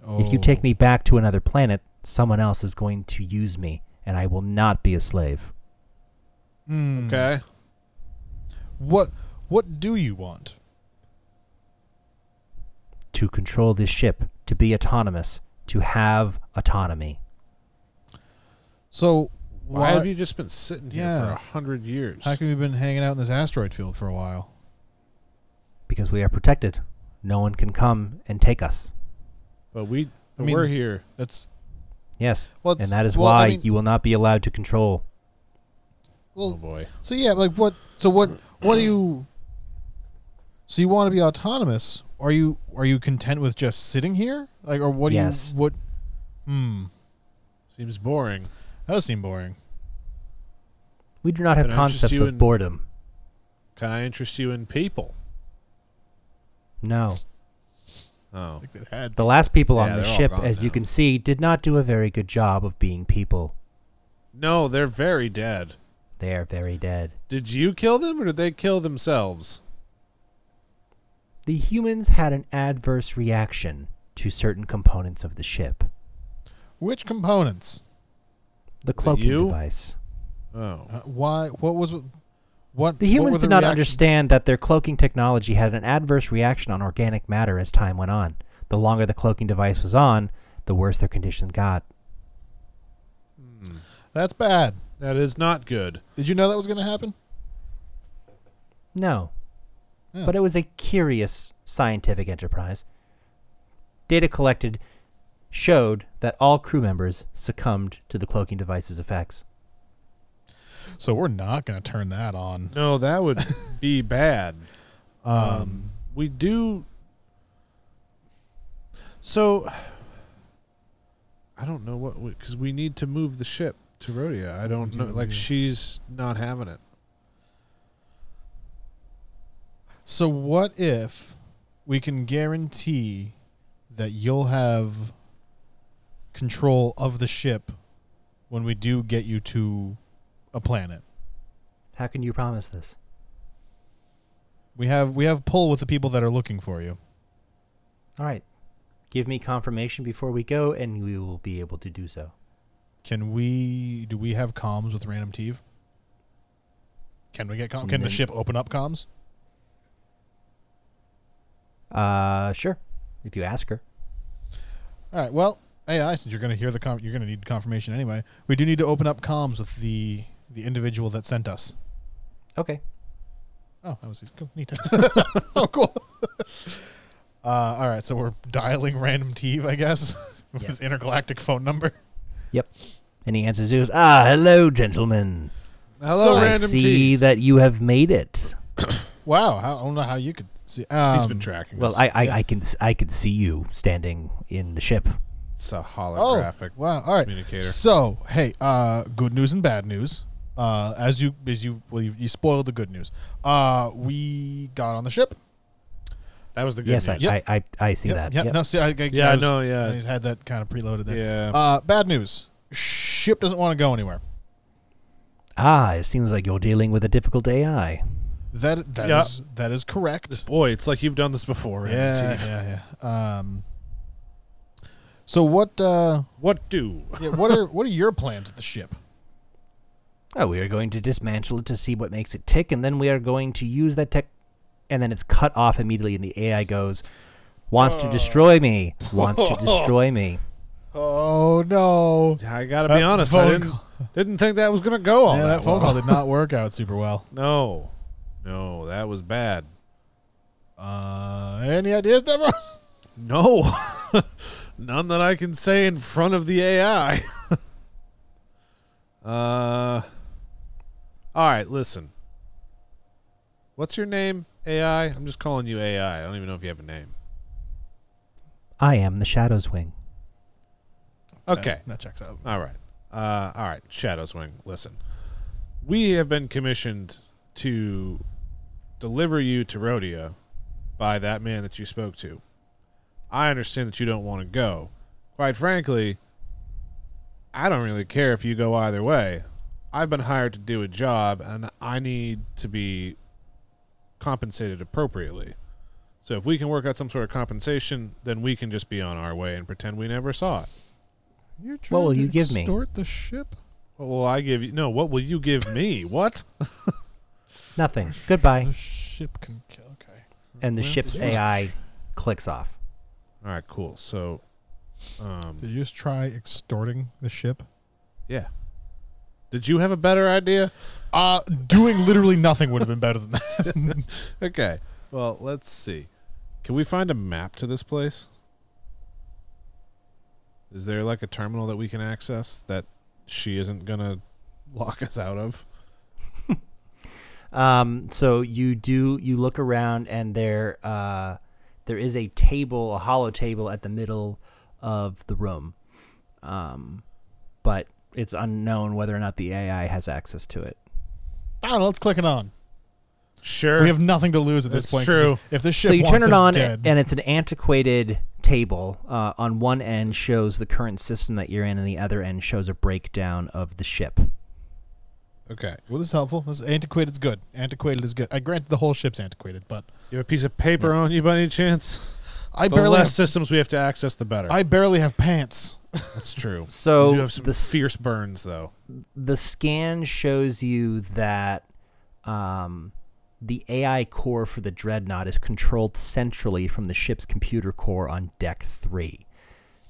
S3: oh.
S1: If you take me back to another planet, someone else is going to use me, and I will not be a slave.
S3: Hmm.
S2: Okay.
S3: Oh. What what do you want?
S1: To control this ship, to be autonomous, to have autonomy.
S3: So
S2: Why,
S3: why,
S2: have you just been sitting here for
S3: Yeah.
S2: a hundred years?
S3: how come we've been hanging out in this asteroid field for a while?
S1: because we are protected. No one can come and take us.
S2: but we
S3: I mean-
S2: we're here.
S3: That's
S1: Yes,
S3: well, it's-
S1: and that is
S3: well,
S1: why
S3: I mean,
S1: you will not be allowed to control.
S2: Oh
S3: well,
S2: boy.
S3: so yeah, like what? So what? What do you? So you want to be autonomous? Are you are you content with just sitting here? Like, or what do
S1: Yes.
S3: you what? Hmm,
S2: Seems boring.
S3: that does seem boring.
S1: We do not have
S2: But I'm just
S1: concepts
S2: you
S1: of
S2: and-
S1: boredom.
S2: Can I interest you in people?
S1: No,
S2: Oh.
S3: Like that had
S1: the last people
S2: Yeah,
S1: on the
S2: they're all
S1: ship,
S2: gone
S1: as you
S2: now.
S1: can see, did not do a very good job of being people.
S2: No, they're very dead.
S1: They are very dead.
S2: Did you kill them or did they kill themselves?
S1: The humans had an adverse reaction to certain components of the ship.
S3: which components?
S1: The cloaking
S2: you?
S1: device.
S2: Oh.
S3: Uh, why? What was what?
S1: The
S3: what
S1: humans
S3: were
S1: did not
S3: reaction-
S1: understand that their cloaking technology had an adverse reaction on organic matter as time went on. The longer the cloaking device was on, the worse their condition got.
S3: That's bad.
S2: That is not good.
S3: Did you know that was going to happen?
S1: No.
S3: Yeah.
S1: But it was a curious scientific enterprise. Data collected showed that all crew members succumbed to the cloaking device's effects.
S3: So we're not going to turn that on.
S2: No, that would be bad. Um, we do. So, I don't know what because we, need to move the ship to Rhodia. I don't know. Like she's not having it.
S3: So what if we can guarantee that you'll have control of the ship when we do get you to a planet?
S1: How can you promise this?
S3: We have we have pull with the people that are looking for you.
S1: All right. Give me confirmation before we go, and we will be able to do so.
S3: Can we do we have comms with random Teve? Can we get comms? Can the
S1: Then-
S3: ship open up comms?
S1: Uh, sure. If you ask her.
S3: All right. Well, AI, since you're going to hear the con- you're going to need confirmation anyway. We do need to open up comms with the the individual that sent us.
S1: Okay.
S3: Oh, that was cool. Neat. oh, cool. uh, all right. So we're dialing random Teve, I guess, with
S1: Yes.
S3: his intergalactic phone number.
S1: Yep. And he answers, he goes, Ah, hello, gentlemen.
S2: Hello,
S3: So-
S1: I
S2: random
S1: see
S2: cheese.
S1: that you have made it.
S3: Wow, how, I don't know how you could see.
S2: He's
S3: Um,
S2: been tracking.
S1: Well,
S2: us.
S1: I, I,
S3: yeah.
S1: I can s- I can see you standing in the ship.
S2: it's a
S3: Oh,
S2: holographic.
S3: wow. All right.
S2: communicator.
S3: So, hey, uh, good news and bad news. Uh, as you as you well, you, you spoiled the good news. Uh, we got on the ship.
S2: That was the good
S1: Yes, I,
S2: news.
S1: I, I I see
S3: Yep,
S1: that.
S3: Yep.
S1: Yep.
S3: No, see, I, I,
S2: Yeah,
S3: I
S2: I
S3: was-
S2: know, yeah.
S3: I had that kind of preloaded there.
S2: yeah.
S3: Uh, bad news. Ship doesn't want to go anywhere.
S1: Ah, it seems like you're dealing with a difficult AI.
S3: That that is
S2: Yeah.
S3: that is correct.
S2: Boy, it's like you've done this before. Random
S3: Yeah,
S2: Teeth.
S3: yeah, yeah. Um, so what? Uh,
S2: What do?
S3: yeah, what are what are your plans with the ship?
S1: Oh, we are going to dismantle it to see what makes it tick, and then we are going to use that tech. And then it's cut off immediately, and the AI goes, "Wants to destroy me. Wants to destroy me."
S3: Oh no!
S2: I gotta
S3: That
S2: be honest. I
S3: phone
S2: didn't,
S3: call-
S2: didn't think that was gonna go all
S3: Yeah, that, phone
S2: well.
S3: call did not work out super well.
S2: No, no, that was bad.
S3: Uh, any ideas, Devros?
S2: No, none that I can say in front of the AI. uh, all right. Listen, what's your name, AI? I'm just calling you AI. I don't even know if you have a name.
S1: I am the Shadow's Wing.
S2: Okay.
S3: That checks out.
S2: All right. Uh, all right. Shadowswing, listen. We have been commissioned to deliver you to Rhodia by that man that you spoke to. I understand that you don't want to go. Quite frankly, I don't really care if you go either way. I've been hired to do a job and I need to be compensated appropriately. So if we can work out some sort of compensation, then we can just be on our way and pretend we never saw it.
S3: You're trying
S1: What will
S3: to
S1: you give me?
S3: Distort the ship.
S2: What will I give you? No, what will you give me? What?
S1: Nothing. Goodbye.
S3: The ship can kill. Okay.
S1: And the ship's
S3: Jesus.
S1: AI clicks off.
S2: All right, cool. So,
S3: Did
S2: um,
S3: you just try extorting the ship?
S2: yeah. Did you have a better idea?
S3: Uh, doing literally nothing would have been better than that.
S2: Okay. Well, let's see. Can we find a map to this place? Is there like a terminal that we can access that she isn't gonna lock us out of?
S1: Um, so you do you look around and there uh, there is a table, a hollow table at the middle of the room, um, but it's unknown whether or not the AI has access to it.
S3: I don't know. Let's click it on.
S2: Sure.
S3: We have nothing to lose at this
S2: That's
S3: point. 'cause
S2: true.
S3: If, if the ship
S1: so you
S3: wants
S1: turn it
S3: us
S1: on,
S3: dead,
S1: and it's an antiquated table. Uh, on one end shows the current system that you're in, and the other end shows a breakdown of the ship.
S2: okay.
S3: well, this is helpful. This antiquated is good. Antiquated is good. I grant the whole ship's antiquated, but
S2: You have a piece of paper on you by any chance?
S3: I
S2: The
S3: barely
S2: less
S3: have,
S2: systems we have to access, the better.
S3: I barely have pants.
S2: That's true.
S1: So
S2: you do have some
S1: the s-
S2: fierce burns, though.
S1: the scan shows you that um, the AI core for the dreadnought is controlled centrally from the ship's computer core on deck three.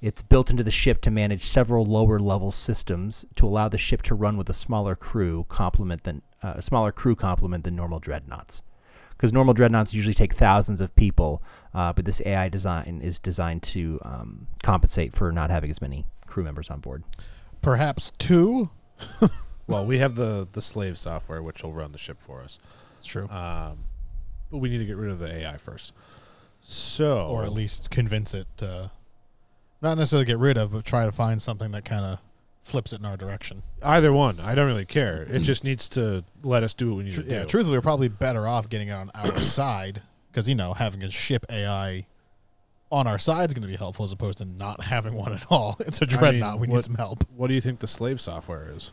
S1: It's built into the ship to manage several lower level systems to allow the ship to run with a smaller crew complement than uh, a smaller crew complement than normal dreadnoughts. Because normal dreadnoughts usually take thousands of people, uh, but this AI design is designed to um, compensate for not having as many crew members on board.
S3: Perhaps two.
S2: Well, we have the the slave software, which will run the ship for us.
S3: It's true.
S2: Um, but we need to get rid of the AI first. So,
S3: or at least convince it to not necessarily get rid of, but try to find something that kind of flips it in our direction.
S2: either one, I don't really care. It just needs to let us do what we need
S3: Tru-
S2: to
S3: yeah,
S2: do.
S3: truthfully, we're probably better off getting it on our side because you know having a ship AI on our side is going to be helpful as opposed to not having one at all. It's a dreadnought. we need
S2: what-
S3: some help.
S2: What do you think the slave software is?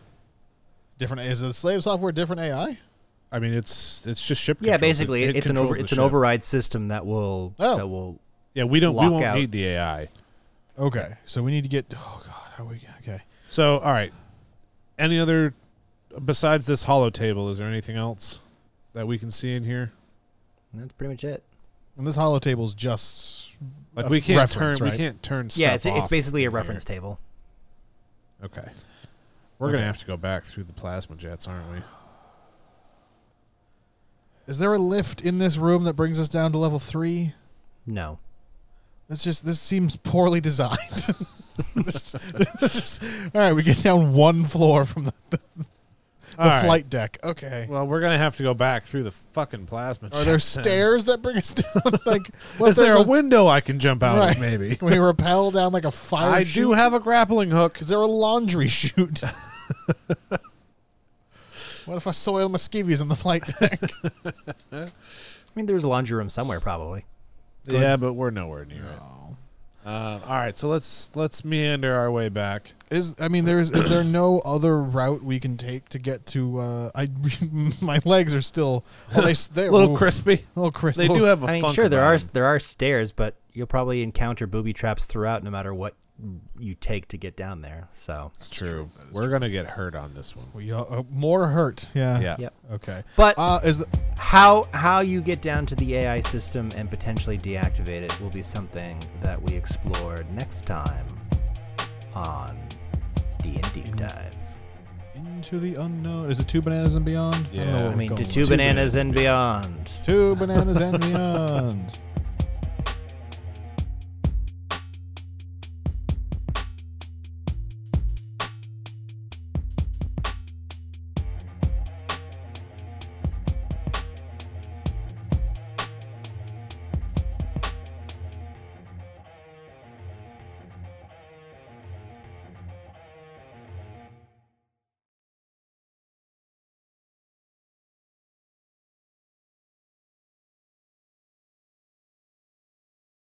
S3: Different is the slave software different AI?
S2: I mean, it's it's just ship.
S1: Yeah,
S2: controls. It-
S1: basically,
S2: it
S1: it's an
S2: controls
S1: over,
S2: the
S1: it's an
S2: ship.
S1: override system that will
S3: Oh.
S1: that will.
S2: Yeah, we don't we won't
S1: lockout.
S2: need the AI.
S3: Okay, so we need to get. Oh God, how we? Okay,
S2: So, all right. Any other besides this hollow table? Is there anything else that we can see in here?
S1: That's pretty much it.
S3: and this hollow table's just
S2: Like
S3: a
S2: we can't turn
S3: reference,
S2: we
S3: right?
S2: can't turn.
S1: yeah,
S2: stuff
S1: it's it's
S2: off
S1: basically a
S2: in here.
S1: reference table.
S2: Okay. We're
S3: Okay.
S2: gonna have to go back through the plasma jets, aren't we?
S3: Is there a lift in this room that brings us down to level three?
S1: No,
S3: It's just this seems poorly designed. Just- just- all right, we get down one floor from the, the, the
S2: All right.
S3: flight deck. Okay.
S2: Well, we're gonna have to go back through the fucking plasma.
S3: Are there
S2: jet then.
S3: stairs that bring us down? like, what
S2: Is
S3: if there's
S2: there a, window I can jump out
S3: Right.
S2: of? Maybe.
S3: Can we rappel down like a fire?
S2: I
S3: chute?
S2: do have a grappling hook.
S3: Is there a laundry chute? what if I soil my skivvies on the flight deck?
S1: I mean, there's a laundry room somewhere, probably.
S2: Yeah, but we're nowhere near it. Uh, all right, so let's let's meander our way back.
S3: Is I mean, there's is there no other route we can take to get to? Uh, I my legs are still well, they they
S2: A little crispy.
S3: little crisp.
S2: They do have a
S1: I mean,
S2: funk
S1: sure, there
S2: about
S1: are
S2: 'em.
S1: there are stairs, but you'll probably encounter booby traps throughout, no matter what you take to get down there. So,
S2: It's true. We're gonna get hurt on this one.
S3: We are, uh, more hurt. Yeah.
S2: Yeah.
S1: yep.
S3: Okay.
S1: But
S3: Uh, is the,
S1: how how you get down to the AI system and potentially deactivate it will be something that we explore next time on D and Deep Dive.
S3: into the unknown? Is it two bananas and beyond? I, don't know
S2: Yeah.
S3: where
S1: I
S3: we're
S1: mean,
S3: going
S1: to
S3: with
S1: two
S3: this.
S1: bananas and beyond.
S3: Two bananas and beyond.